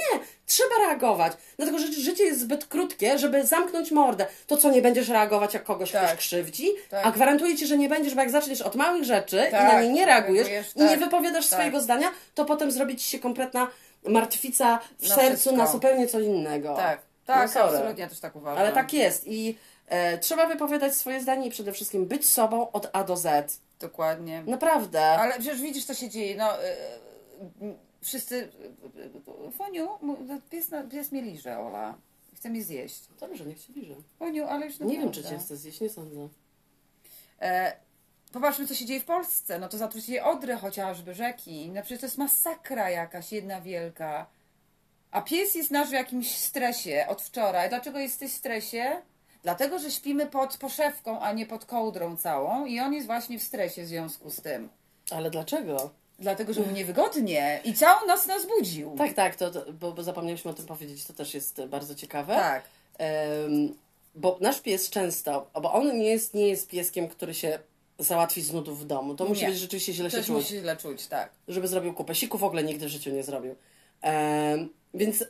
trzeba reagować. Dlatego, że życie jest zbyt krótkie, żeby zamknąć mordę. To co, nie będziesz reagować, jak kogoś
Tak.
ktoś krzywdzi?
Tak.
A gwarantuję Ci, że nie będziesz, bo jak zaczniesz od małych rzeczy i
Tak,
na nie nie reagujesz
reagujesz,
i nie
tak,
wypowiadasz
tak.
swojego zdania, to potem zrobi Ci się kompletna martwica w
Na
sercu
wszystko.
na zupełnie co innego. No
Tak, tak,
sorry.
absolutnie, ja też tak uważam.
Ale tak jest i e, trzeba wypowiadać swoje zdanie i przede wszystkim być sobą od A do Z.
Dokładnie.
Naprawdę.
Ale przecież widzisz, co się dzieje. No, y, y, wszyscy. y, y, Foniu, m- pies, na- pies mnie liże, Ola. Chce mnie zjeść.
Dobrze, niech się bliżej.
Foniu, ale już
Nie wiem, czy
naprawdę.
Cię chce zjeść, nie sądzę.
E, popatrzmy, co się dzieje w Polsce. No to zatrucie Odry chociażby, rzeki. No przecież to jest masakra jakaś, jedna wielka. A pies jest nasz w jakimś stresie od wczoraj. Dlaczego jesteś w stresie? Dlatego, że śpimy pod poszewką, a nie pod kołdrą całą i on jest właśnie w stresie w związku z tym.
Ale dlaczego?
Dlatego, że mu niewygodnie i całą noc nas budził.
Tak, tak, to, to, bo, bo zapomnieliśmy o tym powiedzieć, to też jest e, bardzo ciekawe.
Tak.
Em, bo nasz pies często, bo on nie jest, nie jest pieskiem, który się załatwi z nudów w domu. To musi
Nie.
być rzeczywiście źle się
Też
czuł,
musi źle czuć, tak.
żeby zrobił kupę siku, w ogóle nigdy w życiu nie zrobił. Em, więc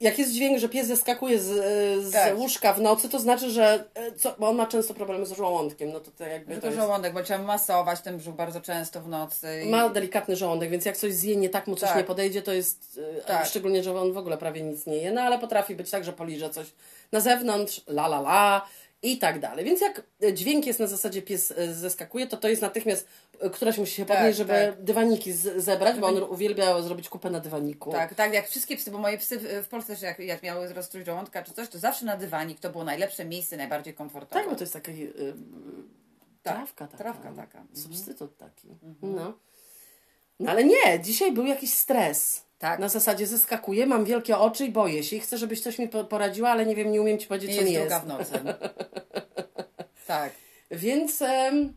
jak jest dźwięk, że pies zeskakuje z, e, z
Tak.
łóżka w nocy, to znaczy, że e, co, bo on ma często problemy z żołądkiem, no to, to jakby to
Tylko
jest...
żołądek, bo trzeba masować ten brzuch bardzo często w nocy. i-
Ma delikatny żołądek, więc jak coś zje nie tak, mu coś
Tak.
nie podejdzie, to jest. y,
Tak.
Szczególnie, że on w ogóle prawie nic nie je, no ale potrafi być tak, że poliże coś na zewnątrz, la la la i tak dalej. Więc jak y, dźwięk jest na zasadzie pies y, zeskakuje, to to jest natychmiast y, któraś musi się
Tak,
podnieść, żeby
tak.
dywaniki z, zebrać, bo on uwielbiał zrobić kupę na dywaniku.
Tak, tak, jak wszystkie psy, bo moje psy w- w Polsce, też jak, jak miały rozstrój żołądka czy coś, to zawsze na dywanik to było najlepsze miejsce, najbardziej komfortowe.
Tak, bo to jest taka y, y,
Tak,
trawka taka. no. Mhm.
trawka taka.
Substytut taki. No. no ale nie, dzisiaj był jakiś stres.
Tak.
Na zasadzie zeskakuję, mam wielkie oczy i boję się i chcę, żebyś coś mi po- poradziła, ale nie wiem, nie umiem ci powiedzieć,
I
co
jest
mi
druga
jest.
w nocy. tak,
Więc em,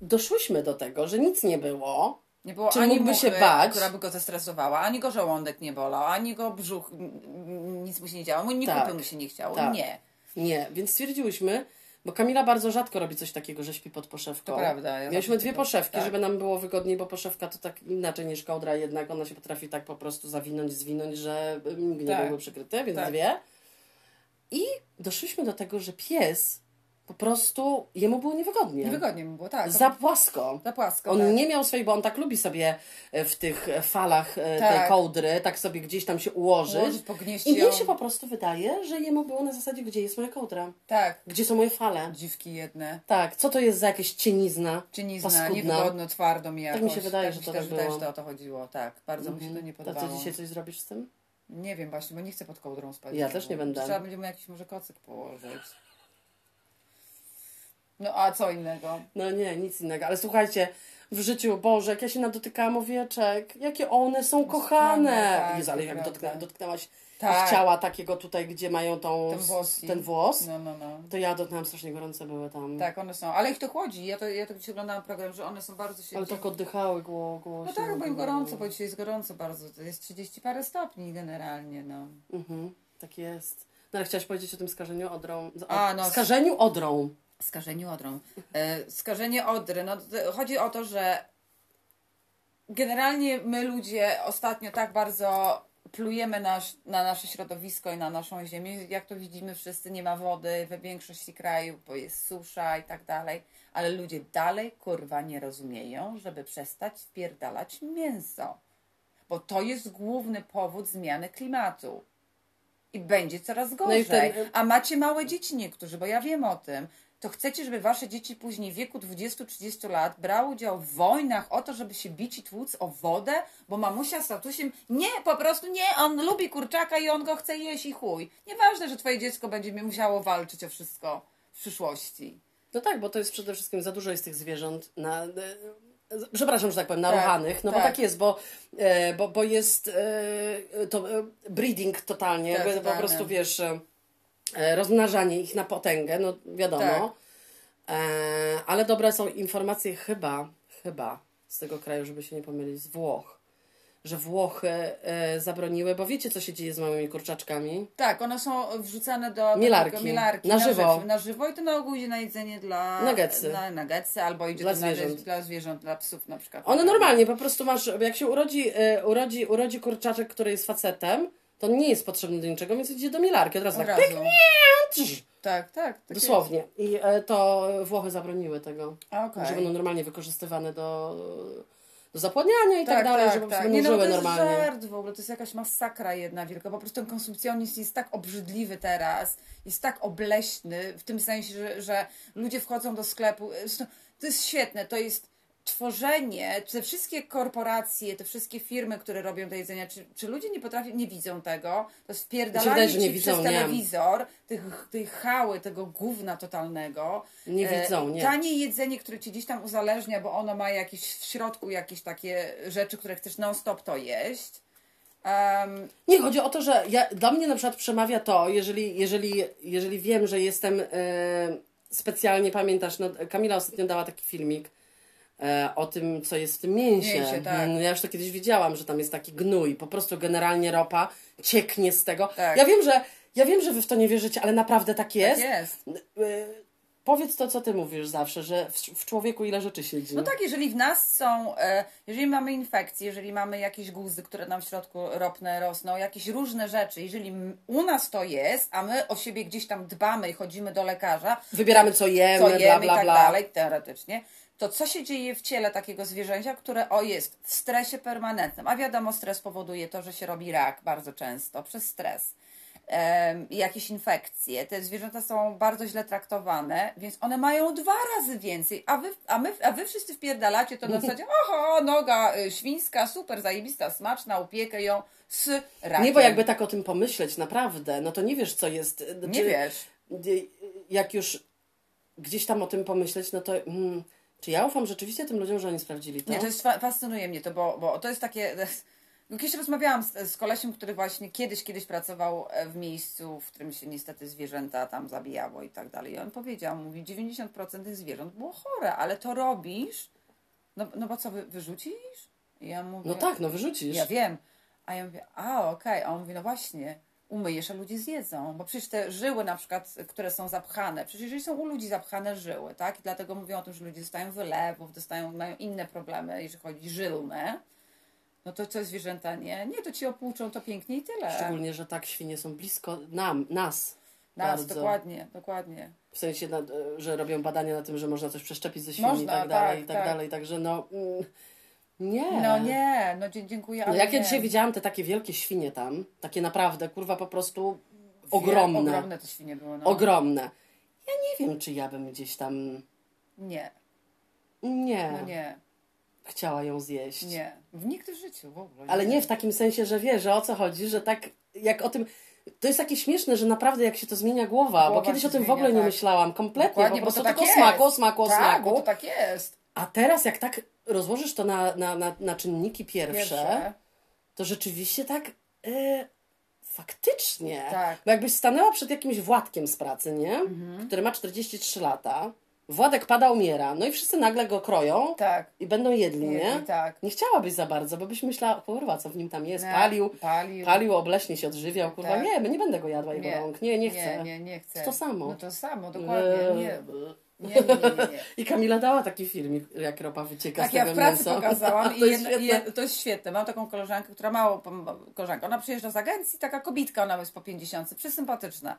doszłyśmy do tego, że nic nie było.
nie było
Czy
ani
mógłby
muchy,
się bać?
która by go zestresowała, ani go żołądek nie bolał, ani go brzuch, n- n- nic mu się nie działo, mu nie
Tak.
kupy mu się nie chciało,
Tak.
nie.
Nie, więc stwierdziłyśmy, bo Kamila bardzo rzadko robi coś takiego, że śpi pod poszewką.
To prawda, ja
Mieliśmy
zawsze
dwie
tego-
poszewki,
tak.
żeby nam było wygodniej, bo poszewka to tak inaczej niż kołdra jednak. Ona się potrafi tak po prostu zawinąć, zwinąć, że y, nigdy nie
Tak.
były przykryte, więc
Tak.
dwie. I doszliśmy do tego, że pies po prostu, jemu było niewygodnie.
Niewygodnie mu było, tak.
Za płasko.
za płasko,
On
tak.
nie miał swojej, bo on tak lubi sobie e, w tych e, falach e, tej
Tak.
kołdry, tak sobie gdzieś tam się ułożyć.
Ułożyć, pognieść
I mnie
ją.
się po prostu wydaje, że jemu było na zasadzie, gdzie jest moja kołdra,
Tak,
gdzie są moje fale.
dziwki jedne.
Tak, co to jest za jakieś cienizna?
Cienizna,
paskudna? Tak
niewygodno, twardo mi jakoś.
się wydaje, że to
myślę,
tak
że też
było.
to o to chodziło, tak. Bardzo mi się to nie
A
podobało.
Mhm. co dzisiaj coś zrobisz z tym?
Nie wiem właśnie, bo nie chcę pod kołdrą spać.
Ja też nie będę.
Trzeba będzie mu jakiś może kocyk położyć. No a co innego?
No nie, nic innego. Ale słuchajcie, w życiu, Boże, jak ja się nadotykałam owieczek, jakie one są kochane.
kochane, tak,
Jezu, ale jak
prawda.
dotknę, dotknęłaś
Tak.
ciała takiego tutaj, gdzie mają tą,
Ten włos.
ten włos
No, no, no.
to ja dotknęłam strasznie gorące były tam.
Tak, one są. Ale ich to chłodzi. Ja to, ja to gdzieś oglądałam program, że one są bardzo się...
Ale tak oddychały gło, gło
No tak, bo im gorąco, bo dzisiaj jest gorąco bardzo. To jest 30 parę stopni generalnie, no.
Mhm, tak jest. No ale chciałaś powiedzieć o tym skażeniu odrą. z-
A, no.
Skażeniu odrą.
Skażenie odrą. E, Skażenie odry. No, to- chodzi o to, że generalnie my ludzie ostatnio tak bardzo plujemy nasz, na nasze środowisko i na naszą ziemię. Jak to widzimy wszyscy, nie ma wody we większości krajów, bo jest susza i tak dalej. Ale ludzie dalej, kurwa, nie rozumieją, żeby przestać wpierdalać mięso. Bo to jest główny powód zmiany klimatu. i będzie coraz
No i
gorzej.
ten-
A macie małe dzieci niektórzy, bo ja wiem o tym. To chcecie, żeby wasze dzieci później w wieku 20-30 lat brały udział w wojnach o to, żeby się bić i tłuc o wodę, bo mamusia z tatusiem, nie, po prostu nie, on lubi kurczaka i on go chce jeść i chuj. Nieważne, że twoje dziecko będzie mi- musiało walczyć o wszystko w przyszłości.
No tak, bo to jest przede wszystkim za dużo jest tych zwierząt na. e, z- Przepraszam, że tak powiem, naruchanych, no bo
tak.
tak jest, bo, e, bo, bo jest e, to e, breeding totalnie,
Tak,
jakby po
totalnie.
prostu wiesz, e, e, rozmnażanie ich na potęgę, no wiadomo.
Tak.
E, ale dobre są informacje chyba, chyba z tego kraju, żeby się nie pomylić, z Włoch, że Włochy e, zabroniły, bo wiecie co się dzieje z małymi kurczaczkami?
Tak, one są wrzucane do do
Mielarki.
tego mielarki
Na żywo.
żyw- Na żywo i to na ogół idzie na jedzenie dla
Nuggetsy.
Na nuggetsy albo idzie
Dla
to na-
zwierząt.
dla zwierząt, dla psów na przykład.
One normalnie, po prostu masz, jak się urodzi, e, urodzi, urodzi kurczaczek, który jest facetem, to on nie jest potrzebny do niczego, więc idzie do mielarki od razu
Od
tak,
razu.
pyk,
Tak, tak. tak
dosłownie. I e, to Włochy zabroniły tego,
jest. Okej.
że będą normalnie wykorzystywane do, do zapładniania i tak,
Tak,
dalej,
tak,
że po prostu
tak.
będą
Nie, no,
żyły
to jest
normalnie.
żart w ogóle, to jest jakaś masakra jedna wielka. Po prostu ten konsumpcjonizm jest tak obrzydliwy teraz, jest tak obleśny, w tym sensie, że, że ludzie wchodzą do sklepu. Zresztą to jest świetne, to jest tworzenie, te wszystkie korporacje, te wszystkie firmy, które robią te jedzenia, czy, czy ludzie nie potrafią, nie widzą tego? To jest
Mi się wydaje,
wpierdalanie
Znaczy, że nie
ci
widzą,
przez
nie.
telewizor, tych, tej hały, tego gówna totalnego.
Nie
E,
widzą, nie.
Tanie jedzenie, które ci gdzieś tam uzależnia, bo ono ma jakieś w środku jakieś takie rzeczy, które chcesz non-stop to jeść. Em,
Nie, chodzi o to, że ja, do mnie na przykład przemawia to, jeżeli, jeżeli, jeżeli wiem, że jestem e, specjalnie, pamiętasz, no, Kamila ostatnio dała taki filmik e, o tym, co jest w tym mięsie.
Mięsie, tak.
Mm, Ja już to kiedyś widziałam, że tam jest taki gnój, po prostu generalnie ropa cieknie z tego.
Tak.
Ja wiem, że ja wiem, że wy w to nie wierzycie, ale naprawdę tak jest.
jest.
E, powiedz to, co ty mówisz zawsze, że w, w człowieku ile rzeczy siedzi.
No tak, jeżeli w nas są, e, jeżeli mamy infekcje, jeżeli mamy jakieś guzy, które nam w środku ropne rosną, jakieś różne rzeczy, jeżeli m- u nas to jest, a my o siebie gdzieś tam dbamy i chodzimy do lekarza,
Wybieramy, co jemy,
co jemy
bla, bla,
i tak
bla.
dalej, teoretycznie, to co się dzieje w ciele takiego zwierzęcia, które o jest w stresie permanentnym, a wiadomo, stres powoduje to, że się robi rak bardzo często przez stres. em, i jakieś infekcje. Te zwierzęta są bardzo źle traktowane, więc one mają dwa razy więcej, a wy, a my, a wy wszyscy wpierdalacie to na zasadzie oho, noga y, świńska, super, zajebista, smaczna, upiekę ją z rakiem.
Nie, bo jakby tak o tym pomyśleć, naprawdę, no to nie wiesz, co jest. e,
Nie
czy-
wiesz.
jak już gdzieś tam o tym pomyśleć, no to mm, czy ja ufam rzeczywiście tym ludziom, że oni sprawdzili to?
Nie, to jest fa- fascynuje mnie to, bo, bo to jest takie. no Kiedyś rozmawiałam z, z kolesiem, który właśnie kiedyś, kiedyś pracował e, w miejscu, w którym się niestety zwierzęta tam zabijało i tak dalej. I on powiedział, mówi, 90% tych zwierząt było chore, ale to robisz, no, no bo co, wy, wyrzucisz? I ja mówię,
No tak, no wyrzucisz.
ja wiem. A ja mówię, a okej. A on mówi, no właśnie, umyjesz, a ludzie zjedzą. Bo przecież te żyły na przykład, które są zapchane, przecież jeżeli są u ludzi zapchane żyły, tak? I dlatego mówią o tym, że ludzie dostają wylewów, dostają, mają inne problemy, jeżeli chodzi żylne. No to co zwierzęta nie? Nie, to ci opłuczą to pięknie i tyle.
Szczególnie, że tak świnie są blisko nam, nas.
Nas,
bardzo.
dokładnie, dokładnie.
W sensie, na, że robią badania na tym, że można coś przeszczepić ze świni i
Można,
tak dalej, i
tak,
tak,
tak.
dalej. Także no. mm, Nie.
No nie, no dzie- dziękuję.
No
ale
jak ja
nie.
dzisiaj widziałam te takie wielkie świnie tam, takie naprawdę, kurwa, po prostu
Wie-
ogromne. Ogromne.
Ogromne to świnie było, no.
Ja nie wiem, czy ja bym gdzieś tam.
nie,
Nie.
no nie,
Chciała ją zjeść.
nie. W nigdy w życiu w ogóle.
Ale nie w takim sensie, że wie, że o co chodzi, że tak jak o tym. To jest takie śmieszne, że naprawdę jak się to zmienia głowa, bo
Głowa
kiedyś
się
o tym w
zmienia,
ogóle nie
tak.
myślałam kompletnie,
Dokładnie,
po
bo
prostu
to tak
tylko o
jest.
smaku, o smaku, o
tak,
smaku.
bo to tak jest.
A teraz jak tak rozłożysz to na, na, na, na czynniki pierwsze,
Pierwsze.
to rzeczywiście tak e, faktycznie.
Tak.
Bo jakbyś stanęła przed jakimś Władkiem z pracy, nie? Który ma 43 lata, Władek pada, umiera, no i wszyscy nagle go kroją
Tak.
i będą jedli,
Nie,
No nie?
nie tak.
Nie chciałabyś za bardzo, bo byś myślała, kurwa, co w nim tam jest,
Nie,
palił,
Palił.
Palił, obleśnie się odżywiał, kurwa,
Tak.
nie, nie będę go jadła jego
Nie.
rąk, nie, nie chcę.
Nie, nie, nie chcę.
To samo.
No to samo, dokładnie.
Eee.
Nie, nie, nie, nie. nie.
I Kamila dała taki filmik, jak ropa wycieka z
Tak,
tego
ja w pracy
mięsa.
pokazałam i
to jest
jedno- i
świetne.
jed- to jest świetne. Mam taką koleżankę, która mało pom- koleżanka. Ona przyjeżdża z agencji, taka kobitka, ona jest po 50, przesympatyczna.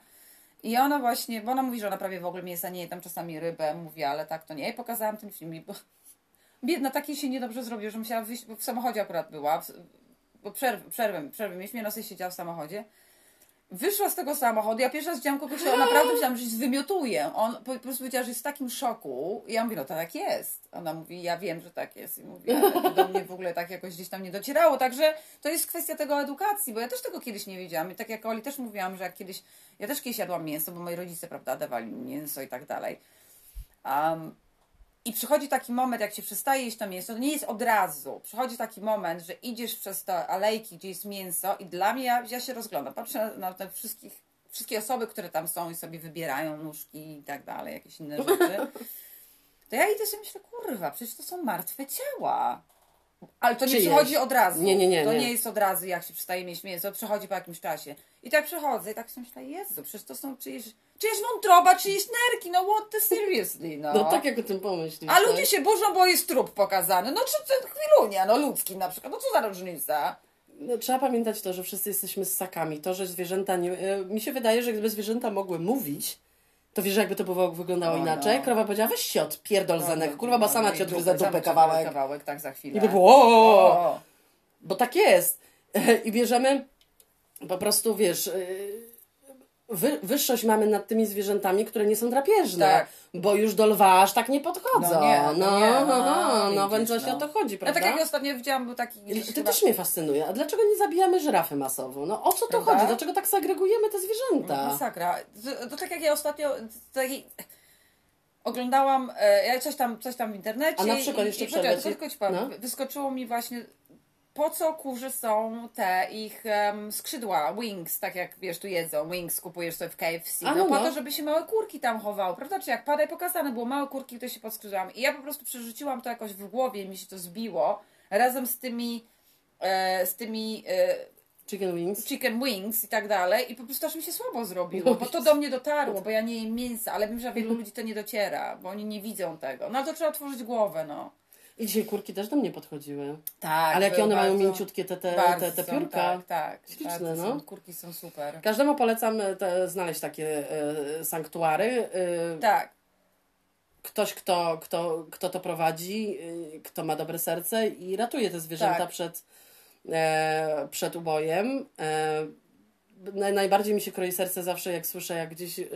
I ona właśnie, bo ona mówi, że ona prawie w ogóle mięsa nie je, tam czasami rybę mówi, ale tak to nie. I pokazałam ten film i bo... biedna, takie się niedobrze zrobiło, że musiała wyjść, bo w samochodzie akurat była, w- bo przerwę, przerwę, przerwę mieliśmy, ona sobie siedziała w samochodzie. Wyszła z tego samochodu, ja pierwsza zdziałam kogoś, ja naprawdę myślałam, że się zwymiotuję. On po po prostu powiedziała, że jest w takim szoku. I ja mówię, no to tak jest. Ona mówi, ja wiem, że tak jest. I mówi, ale to do mnie w ogóle tak jakoś gdzieś tam nie docierało. Także to jest kwestia tego edukacji, bo ja też tego kiedyś nie wiedziałam. I tak jak Oli też mówiłam, że jak kiedyś, ja też kiedyś jadłam mięso, bo moi rodzice, prawda, dawali mi mięso i tak dalej. Um, i przychodzi taki moment, jak się przestaje jeść to mięso, to nie jest od razu. Przychodzi taki moment, że idziesz przez te alejki, gdzie jest mięso i dla mnie, ja, ja się rozglądam, patrzę na, na te wszystkich, wszystkie osoby, które tam są i sobie wybierają nóżki i tak dalej, jakieś inne rzeczy. To ja idę sobie myślę, kurwa, przecież to są martwe ciała. Ale to nie
Czyjeś.
przychodzi od razu.
Nie, nie, nie,
To
nie.
nie jest od razu, jak się przestaje mieć mięso, przychodzi po jakimś czasie. I tak przychodzę i tak sobie myślę, Jezu, przecież to są czyjeś, czyjeś wątroba, czyjeś nerki, no what the seriously, no.
No tak jak o tym pomyślisz.
A
tak?
ludzie się burzą, bo jest trup pokazany. No czy to chwilunia, no ludzki na przykład. No co za różnica?
No, Trzeba pamiętać to, że wszyscy jesteśmy ssakami. To, że zwierzęta nie... e, Mi się wydaje, że gdyby zwierzęta mogły mówić, to wiesz, jakby to było, wyglądało
O, no.
inaczej. Krowa powiedziała, weź się odpierdol za
No,
zenek, kurwa, bo sama
i
cię
dupę,
odgryza
sama
dupę
cię
kawałek.
kawałek, No, tak za chwilę.
I by było, o, o, o,
O,
bo tak jest. I bierzemy po prostu, wiesz, yy, wy, wyższość mamy nad tymi zwierzętami, które nie są drapieżne.
Tak.
Bo już do lwa aż tak nie podchodzą.
No
No, no,
nie, no
no,
nie,
no, no,
no, widzisz,
więc właśnie
no.
o to chodzi,
no
prawda?
tak jak ostatnio widziałam, był taki...
I
gdzieś
to
chyba-
też mnie fascynuje. A dlaczego nie zabijamy żyrafy masowo? No o co to
Prawda?
chodzi? Dlaczego tak segregujemy te zwierzęta?
No, Masakra. To, to tak jak ja ostatnio... Taki... Oglądałam, e, ja coś tam, coś tam w internecie
A na przykład
i,
jeszcze
i poczekaj,
przerwę ci.
tylko ci powiem,
No.
wyskoczyło mi właśnie po co kurze są te ich em, skrzydła, wings, tak jak wiesz, tu jedzą, wings kupujesz sobie w KFC,
A,
no,
no,
po
no.
to, żeby się małe kurki tam chowały, prawda? Czy jak padaj pokazane było małe kurki, to się podskrzydłam i ja po prostu przerzuciłam to jakoś w głowie i mi się to zbiło razem z tymi e, z tymi e,
Chicken wings?
chicken wings i tak dalej i po prostu aż mi się słabo zrobiło, bo to do mnie dotarło, bo ja nie jem mięsa, ale wiem, że wielu ludzi to nie dociera, bo oni nie widzą tego. No to trzeba otworzyć głowę, no.
I dzisiaj kurki też do mnie podchodziły.
Tak.
Ale jakie
były
one mają
bardzo-
mięciutkie te, te,
bardzo
te, te
są,
piórka.
Tak, tak.
Śliczne,
bardzo
no.
Są, kurki są super.
Każdemu polecam e, te, znaleźć takie e, sanktuary. e,
Tak.
ktoś, kto, kto, kto to prowadzi, yy, kto ma dobre serce i ratuje te zwierzęta
Tak.
przed, e, przed ubojem. E, naj- najbardziej mi się kroi serce zawsze, jak słyszę, jak gdzieś, yy,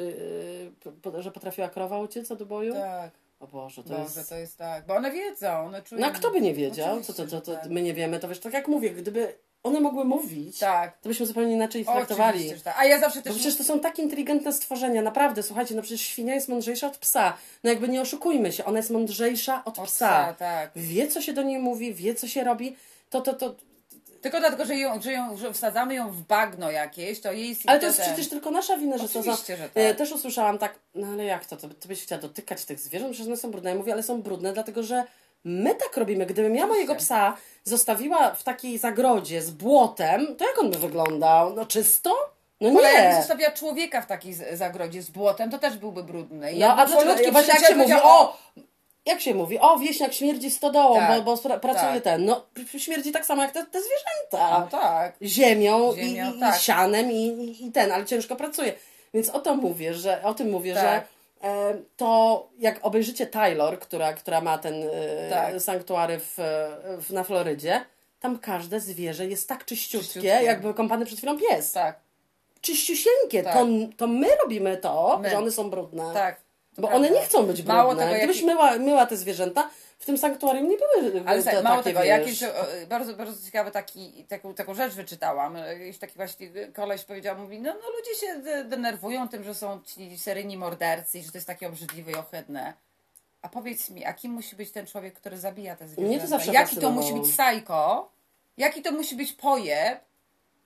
po, że potrafiła krowa uciec od uboju.
Tak.
O Boże, to
Boże,
jest...
to jest tak. Bo one wiedzą, one czują.
No a kto by nie wiedział, co to,
Oczywiście,
to, to
że tak.
my nie wiemy, to wiesz, tak jak mówię, gdyby one mogły mówić,
Tak.
to byśmy zupełnie inaczej ich traktowali.
Oczywiście, że tak. A ja zawsze
Bo
też...
przecież to są tak inteligentne stworzenia, naprawdę, słuchajcie, no przecież świnia jest mądrzejsza od psa. No jakby nie oszukujmy się, ona jest mądrzejsza od,
Od
psa.
tak.
Wie, co się do niej mówi, wie, co się robi, to, to, to...
Tylko dlatego, że, ją, że, ją, że wsadzamy ją w bagno jakieś, to jej...
Ale to jest
ten-
przecież tylko nasza wina, że to za...
Oczywiście, że
E,
tak.
Też usłyszałam tak, no ale jak to, to ty byś chciała dotykać tych zwierząt, przecież one są brudne. Ja mówię, ale są brudne, dlatego że my tak robimy. Gdybym ja mojego
Oczywiście.
psa zostawiła w takiej zagrodzie z błotem, to jak on by wyglądał? No czysto? No
Ale jakby
nie.
zostawiła człowieka w takiej z- zagrodzie z błotem, to też byłby brudny. I
No,
jakby
a dlaczego,
człowiek
i właśnie jak się
przyszedł,
mówi,
powiedział,
o, jak się mówi, o, wieśniak śmierdzi stodołą,
Tak,
bo, bo spra- pracuje
tak.
ten, no, p- śmierdzi tak samo jak te, te
No
zwierzęta,
tak.
ziemią,
Ziemią,
i, i,
tak.
i sianem i, i, i ten, ale ciężko pracuje, więc o to mówię, że, o tym mówię,
Tak.
że e, to, jak obejrzycie Taylor, która, która ma ten e,
Tak.
sanktuary w, e, w, na Florydzie, tam każde zwierzę jest tak czyściutkie,
Czyściutkie.
jakby kąpany przed chwilą pies.
Tak,
Czyściusieńkie.
Tak.
To, to my robimy to,
My.
że one są brudne.
tak. To
Bo
prawda.
one nie chcą być brudne.
Mało tego,
Gdybyś
jak-
myła, myła te zwierzęta, w tym sanktuarium nie były
Ale
te,
słuchaj, mało
takie,
tego,
wiesz,
ja kiedyś o, e, bardzo, bardzo ciekawy taki, taką, taką rzecz wyczytałam. E, Jakiś taki właśnie koleś powiedział, mówi, no, no ludzie się de- denerwują tym, że są ci seryjni mordercy i że to jest takie obrzydliwe i ohydne. A powiedz mi, a kim musi być ten człowiek, który zabija te zwierzęta?
zawsze
Jaki to musi
fascynowało.
być psycho? Jaki to musi być pojeb,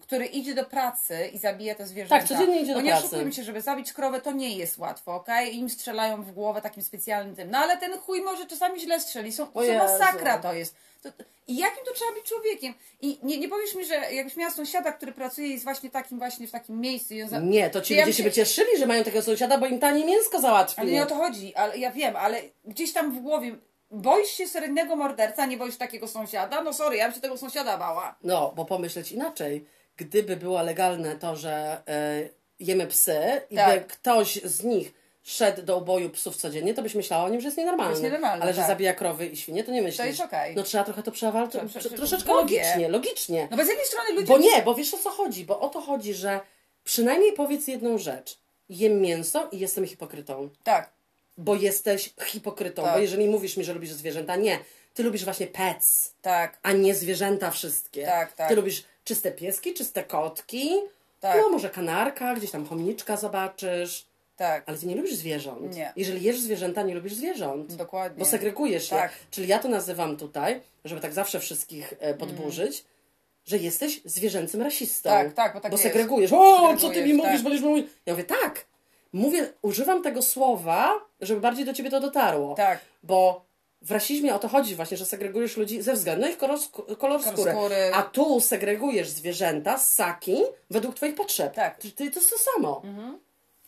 który idzie do pracy i zabija te zwierzęta?
Tak, codziennie idzie do
Bo nie
pracy.
oszukujmy się, żeby zabić krowę to nie jest łatwo, okej? Im strzelają w głowę takim specjalnym tym. No ale ten chuj może czasami źle strzeli. Są,
O
co
Jezu.
masakra to jest. To, I jakim to trzeba być człowiekiem? I nie, nie powiesz mi, że jakbyś miała sąsiada, który pracuje i jest właśnie takim właśnie w takim miejscu. I on za...
Nie, to ci
Ja
ludzie się
myślę-
by cieszyli, że mają takiego sąsiada, bo im tanie mięsko załatwili.
Ale nie o to chodzi, ale ja wiem, ale gdzieś tam w głowie. Boisz się seryjnego morderca, nie boisz się takiego sąsiada? No sorry, ja bym się tego sąsiada bała.
No, bo pomyśleć inaczej. Gdyby było legalne to, że e, jemy psy i
Tak.
by ktoś z nich szedł do uboju psów codziennie, to byś myślała o nim, że jest nienormalny.
Jest nienormalny,
Ale że
tak.
zabija krowy i świnie, to nie myślisz.
jest okej.
No trzeba trochę to przewalczyć,
Trzeba prze-
troszeczkę
Bogie.
logicznie, logicznie.
No bo z jednej strony ludzie...
Bo nie, bo wiesz o co chodzi, bo o to chodzi, że Przynajmniej powiedz jedną rzecz. Jem mięso i jestem hipokrytą.
Tak.
Bo jesteś hipokrytą.
Tak.
Bo jeżeli mówisz mi, że lubisz zwierzęta, nie. Ty lubisz właśnie pets,
Tak,
a nie zwierzęta wszystkie.
Tak, tak.
Ty lubisz czyste pieski, czyste kotki.
tak,
No może kanarka, gdzieś tam chomniczka zobaczysz.
tak.
Ale ty nie lubisz zwierząt.
Nie.
Jeżeli jesz zwierzęta, nie lubisz zwierząt.
Dokładnie.
Bo segregujesz
Tak.
je. Czyli ja to nazywam tutaj, żeby tak zawsze wszystkich e,
Mm.
podburzyć, że jesteś zwierzęcym rasistą.
Tak, tak, bo tak jest.
segregujesz. O, co ty mi
Segregujesz,
mówisz,
tak.
będziesz mówił. Ja mówię, tak. Mówię, używam tego słowa, żeby bardziej do ciebie to dotarło.
Tak,
Bo w rasizmie o to chodzi właśnie, że segregujesz ludzi ze względu na ich kolor, sk- kolor
Kolor
skóry.
skóry.
A tu segregujesz zwierzęta, ssaki, według twoich potrzeb.
Tak. Mhm.
Ty, ty, to jest to samo.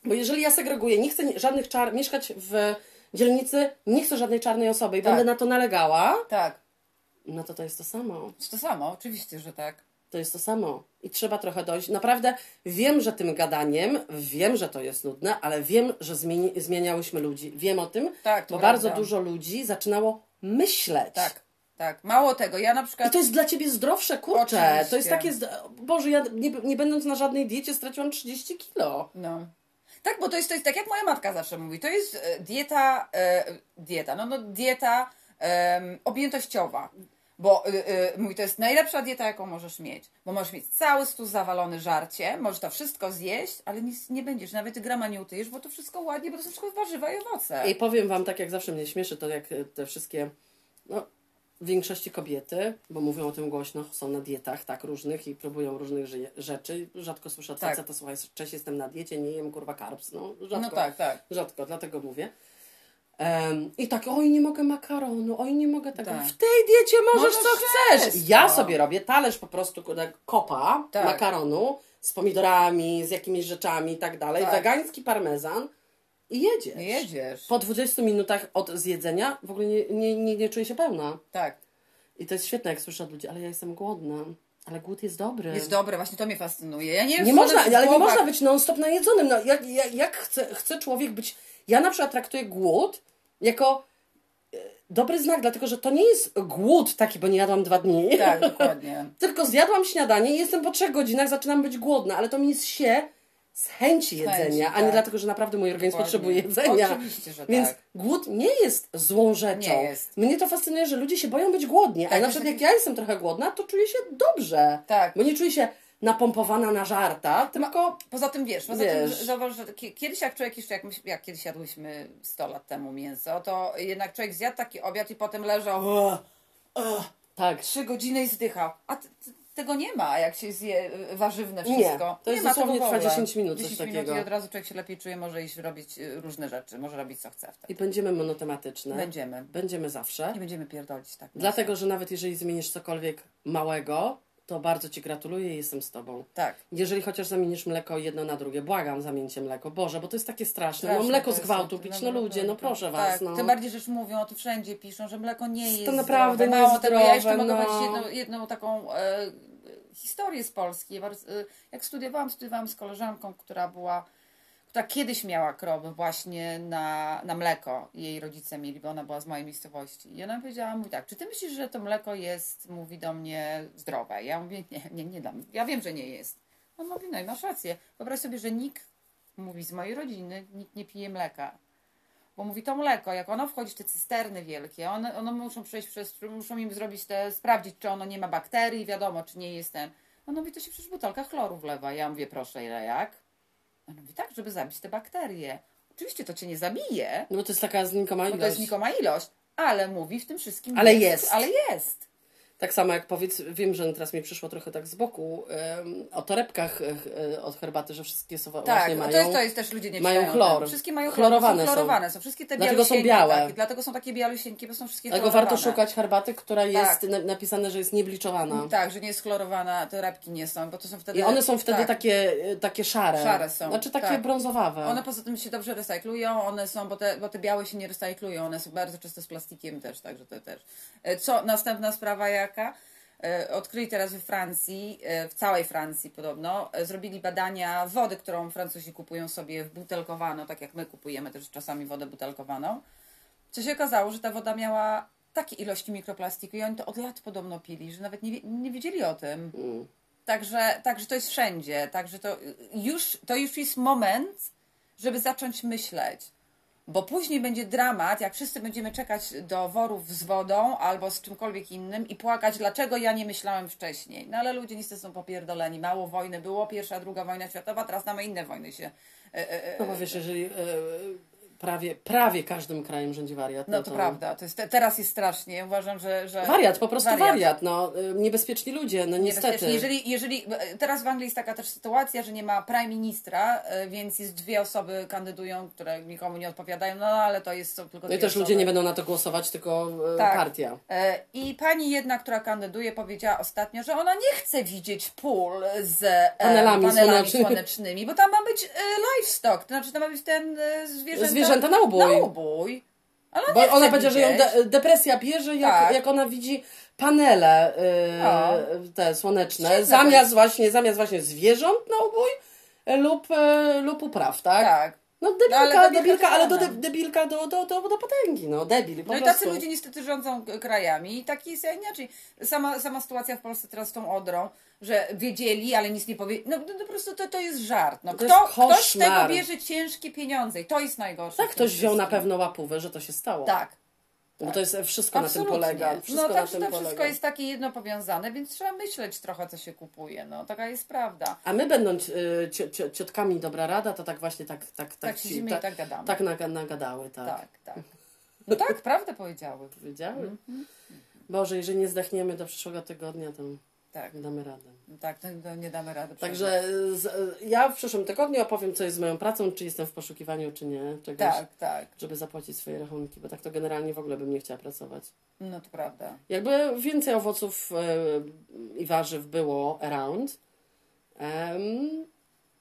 Bo jeżeli ja segreguję, nie chcę ni- żadnych czar, mieszkać w dzielnicy, nie chcę żadnej czarnej osoby i
Tak.
będę na to nalegała,
tak.
no to to jest to samo.
Czy to samo? Oczywiście, że tak.
To jest to samo. I trzeba trochę dojść. Naprawdę wiem, że tym gadaniem, wiem, że to jest nudne, ale wiem, że zmieni, zmieniałyśmy ludzi. Wiem o tym,
Tak, to
bo
prawda.
bardzo dużo ludzi zaczynało myśleć.
Tak, tak. Mało tego, ja na przykład...
I to jest dla ciebie zdrowsze, kurczę.
Oczywiście.
To jest takie. Zd... Boże, ja nie, nie będąc na żadnej diecie straciłam 30 kilo.
No. Tak, bo to jest, to jest tak, jak moja matka zawsze mówi, to jest e, dieta, e, dieta, no, no dieta em, objętościowa. Bo y, y, mówi, to jest najlepsza dieta, jaką możesz mieć. Bo możesz mieć cały stół zawalony żarciem, możesz to wszystko zjeść, ale nic nie będziesz, nawet grama nie utyjesz, bo to wszystko ładnie, bo to są wszystko warzywa i owoce.
I powiem wam tak, jak zawsze mnie śmieszy, to jak e, te wszystkie. No, w większości kobiety, bo mówią o tym głośno, są na dietach tak różnych i próbują różnych żyje, rzeczy. Rzadko słyszę od
Tak.
faceta, słuchaj, cześć, jestem na diecie, nie jem kurwa carbs. No, rzadko.
No tak, tak.
Rzadko, dlatego mówię. Em, I tak, oj, nie mogę makaronu, oj, nie mogę tego.
Tak.
W tej diecie możesz,
Możesz
co chcesz.
wszystko.
Ja sobie robię talerz po prostu kurde, kopa
Tak.
makaronu z pomidorami, z jakimiś rzeczami i tak dalej.
Tak.
Wegański parmezan i jedziesz.
Nie jedziesz.
Po 20 minutach od zjedzenia w ogóle nie, nie, nie, nie czuję się pełna.
Tak.
I to jest świetne, jak słyszę od ludzi, ale ja jestem głodna. Ale głód jest dobry.
Jest dobre, właśnie to mnie fascynuje. Ja nie, wiem,
Nie
co
można,
to jest
ale nie
głowa-
można być non-stop najedzonym. No, jak jak, jak chce, chce człowiek być. Ja na przykład traktuję głód jako e, dobry znak, dlatego że to nie jest głód taki, bo nie jadłam dwa dni.
Tak, dokładnie.
Tylko zjadłam śniadanie i jestem po trzech godzinach, zaczynam być głodna, ale to mi jest się z chęci jedzenia, a nie
tak.
dlatego, że naprawdę mój organizm
Dokładnie.
potrzebuje jedzenia.
Oczywiście, że
Więc
tak.
głód nie jest złą rzeczą.
Nie jest.
Mnie to fascynuje, że ludzie się boją być głodni,
Tak,
a na
to
przykład
jest
jak ja jestem trochę głodna, to czuję się dobrze.
Tak.
Bo nie czuję się napompowana na żarta, tylko
Poza tym wiesz, poza
Wiesz.
tym zauważ, że kie- kiedyś jak człowiek jeszcze, jak, myś- jak kiedyś jadłyśmy 100 lat temu mięso, to jednak człowiek zjadł taki obiad i potem leżał
O, o, tak.
trzy godziny i zdychał. A t- t- tego nie ma, a jak się zje y, warzywne
Nie,
wszystko.
to jest
nie ma
dosłownie
tego w
trwa
ogóle.
10 minut, coś
10 minut
takiego.
I od razu człowiek się lepiej czuje, może iść robić y, różne rzeczy, może robić co chce wtedy.
I będziemy monotematyczne.
Będziemy.
Będziemy zawsze.
Nie będziemy pierdolić tak.
Dlatego, że nawet jeżeli zmienisz cokolwiek małego, to bardzo Ci gratuluję i jestem z Tobą.
Tak.
Jeżeli chociaż zamienisz mleko jedno na drugie, błagam, zamieńcie mleko. Boże, bo to jest takie straszne.
Straszne
no mleko
to
z
jest,
gwałtu
to-
pić,
to-
no ludzie, no proszę Was.
Tak,
No.
Tym bardziej, że już mówią o tym wszędzie, piszą, że mleko nie jest
naprawdę
zdrowe.
nie
Mało
jest
tego, ja jeszcze
zdrowe,
mogę
no.
powiedzieć jedną, jedną taką e, historię z Polski. Bardzo, e, jak studiowałam, studiowałam z koleżanką, która była, która kiedyś miała krowy właśnie na, na mleko. Jej rodzice mieli, bo ona była z mojej miejscowości. I ona powiedziała mi tak, czy ty myślisz, że to mleko jest, mówi do mnie, zdrowe? Ja mówię, nie, nie, nie dla mnie. Ja wiem, że nie jest. On mówi, no i masz rację. Wyobraź sobie, że nikt, mówi z mojej rodziny, nikt nie pije mleka. Bo mówi to mleko, jak ono wchodzi w te cysterny wielkie, one, ono muszą przejść przez, muszą im zrobić te, sprawdzić, czy ono nie ma bakterii, wiadomo, czy nie jest ten. On mówi, to się przecież butelka chloru wlewa. Ja mówię, proszę, ile jak? On mówi, tak, żeby zabić te bakterie. Oczywiście to cię nie zabije,
No bo to jest taka znikoma
bo to jest
ilość.
nikoma ilość, ale mówi w tym wszystkim...
Ale jest.
Ale jest.
Tak samo jak powiedz, wiem, że teraz mi przyszło trochę tak z boku, em, o torebkach e, e, od herbaty, że wszystkie są
Tak,
właśnie mają.
to, jest, to jest też ludzie nie
mają
czytają.
chlor.
Tam. Wszystkie mają
Chlorowane
chlor,
są.
są chlorowane są. Wszystkie te
Dlatego są
bialusieńkie
białe.
Takie, dlatego są takie bialusieńkie, bo są wszystkie
Dlatego
chlorowane.
warto szukać herbaty, która jest
Tak.
na, napisane, że jest niebliczowana.
Tak, że nie jest chlorowana, te rabki nie są, bo to są wtedy...
No. I one są wtedy
tak.
takie, e, takie szare.
Szare są,
Znaczy takie
tak.
brązowawe.
One poza tym się dobrze recyklują, one są, bo te, bo te białe się nie recyklują, one są bardzo często z plastikiem też, także to też. E, Co, następna sprawa jaka? E, Odkryli teraz we Francji, e, w całej Francji podobno, e, zrobili badania wody, którą Francuzi kupują sobie butelkowaną, tak jak my kupujemy też czasami wodę butelkowaną. Co się okazało, że ta woda miała takie ilości mikroplastiku i oni to od lat podobno pili, że nawet nie, wie- nie wiedzieli o tym. Także, także to jest wszędzie. Także to y, już, to już jest moment, żeby zacząć myśleć. Bo później będzie dramat, jak wszyscy będziemy czekać do worów z wodą albo z czymkolwiek innym i płakać, dlaczego ja nie myślałem wcześniej. No ale ludzie niestety są popierdoleni. Mało wojny było, pierwsza, druga wojna światowa, teraz same inne wojny się. e, e, e,
No bo wiesz, jeżeli e, prawie, prawie każdym krajem rządzi wariat.
No to prawda, to jest, te- teraz jest strasznie. Uważam, że. że
Wariat, po prostu wariat. no, y, niebezpieczni ludzie, no niestety.
Niebezpiecznie. Jeżeli, jeżeli teraz w Anglii jest taka też sytuacja, że nie ma prime ministra, e, więc jest dwie osoby kandydują, które nikomu nie odpowiadają, no ale to jest są tylko
No i
dwie
też
osoby.
ludzie nie będą na to głosować, tylko e,
Tak.
partia.
E, I pani jedna, która kandyduje, powiedziała ostatnio, że ona nie chce widzieć pól z e,
Panelami
panelami
słonecznymi.
słonecznymi, bo tam ma być e, livestock, to znaczy tam ma być ten e, zwierzęta,
Zwierzęta na ubój.
Na ubój. Ale
Bo
nie chce
ona powiedziała, że ją
widzieć.
de depresja bierze, jak,
Tak.
jak ona widzi panele
O.
y, te słoneczne,
Świetne to
zamiast
jest.
właśnie, zamiast właśnie zwierząt na ubój y, lub, y, lub upraw, tak?
Tak.
No debilka,
No, ale
ale
debilka
debilka,
to
ale do, de
żadna.
debilka do, do, do, do potęgi, no debil, po
No i
prostu.
tacy ludzie niestety rządzą k- krajami i taki jest inaczej. Sama, sama sytuacja w Polsce teraz z tą Odrą, że wiedzieli, ale nic nie powiedzieli. No, no, no po prostu to, to jest żart. No,
To
kto,
jest
ktoś z
koszmar.
tego bierze ciężkie pieniądze i to jest najgorsze. w
Tak
tym
ktoś wziął na
wszystkim.
pewno łapówę, że to się stało.
Tak.
Bo to jest wszystko
Absolutnie.
na tym polega. Wszystko
no
na
tak, że
tym
to
polega.
wszystko jest takie jedno powiązane, więc trzeba myśleć trochę, co się kupuje. No, taka jest prawda.
A my będąc y, cio, cio, ciotkami dobra rada, to tak właśnie tak, tak, tak,
Tak siedzimy i tak gadamy.
tak naga- nagadały, tak.
Tak, tak. No tak, prawdę powiedziały.
Powiedziały? Boże, jeżeli nie zdechniemy do przyszłego tygodnia, to
Tak,
damy radę.
tak, to, to nie damy rady.
Także z, ja w przyszłym tygodniu opowiem, co jest z moją pracą, czy jestem w poszukiwaniu, czy nie, czegoś,
Tak, tak.
żeby zapłacić swoje rachunki, bo tak to generalnie w ogóle bym nie chciała pracować.
No to prawda.
Jakby więcej owoców e, i warzyw było around. Em,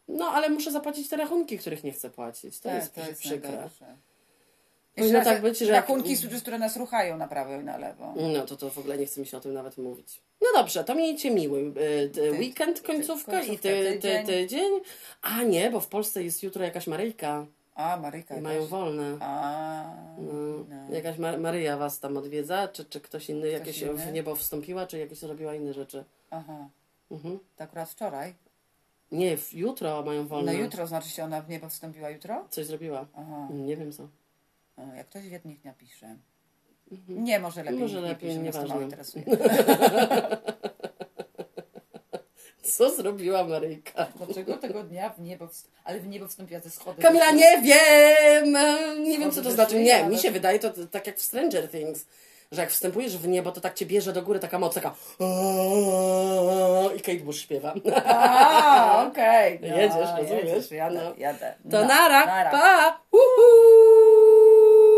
no, ale muszę zapłacić te rachunki, których nie chcę płacić. To jest, przykre.
Tak, najgorsze.
Powinno
Jeszcze
tak być, że jak-
rachunki, z- które nas ruchają na prawo i na lewo.
No to to w ogóle nie chce mi się o tym nawet mówić. No dobrze, to miejcie miły e, t- weekend, końcówka, i
końcówkę,
ty, ty,
tydzień.
tydzień. A nie, bo w Polsce jest jutro jakaś Maryjka
A, Maryka
i mają
też.
wolne.
A,
No,
no.
Jakaś Mar- Maryja was tam odwiedza, czy, czy ktoś inny jakieś
inny?
w niebo wstąpiła, czy jakieś robiła inne rzeczy.
Aha.
Mhm.
To akurat wczoraj.
Nie, w, jutro mają
No
wolne.
jutro, znaczy się ona w niebo wstąpiła jutro?
Coś zrobiła.
Aha.
Nie wiem co.
O, Jak ktoś wie, niech napisze. Nie, może lepiej
Mhm. Może
nikt
lepiej,
nie pisze, nas to mało
nieważne.
interesuje.
Co zrobiła Maryjka?
Dlaczego tego dnia w niebo wst... Ale w niebo wstąpiła ze schody.
Kamila, nie wiem! e, Nie wiem, co to
Może
znaczy.
też
Nie,
nie,
mi
ale-
się wydaje to t- tak jak w Stranger Things, że jak wstępujesz w niebo, to tak cię bierze do góry taka moc, taka i Kate Bush śpiewa.
A, okej.
Jedziesz, rozumiesz?
Jedziesz, jadę,
No.
jadę.
To
No,
nara, pa!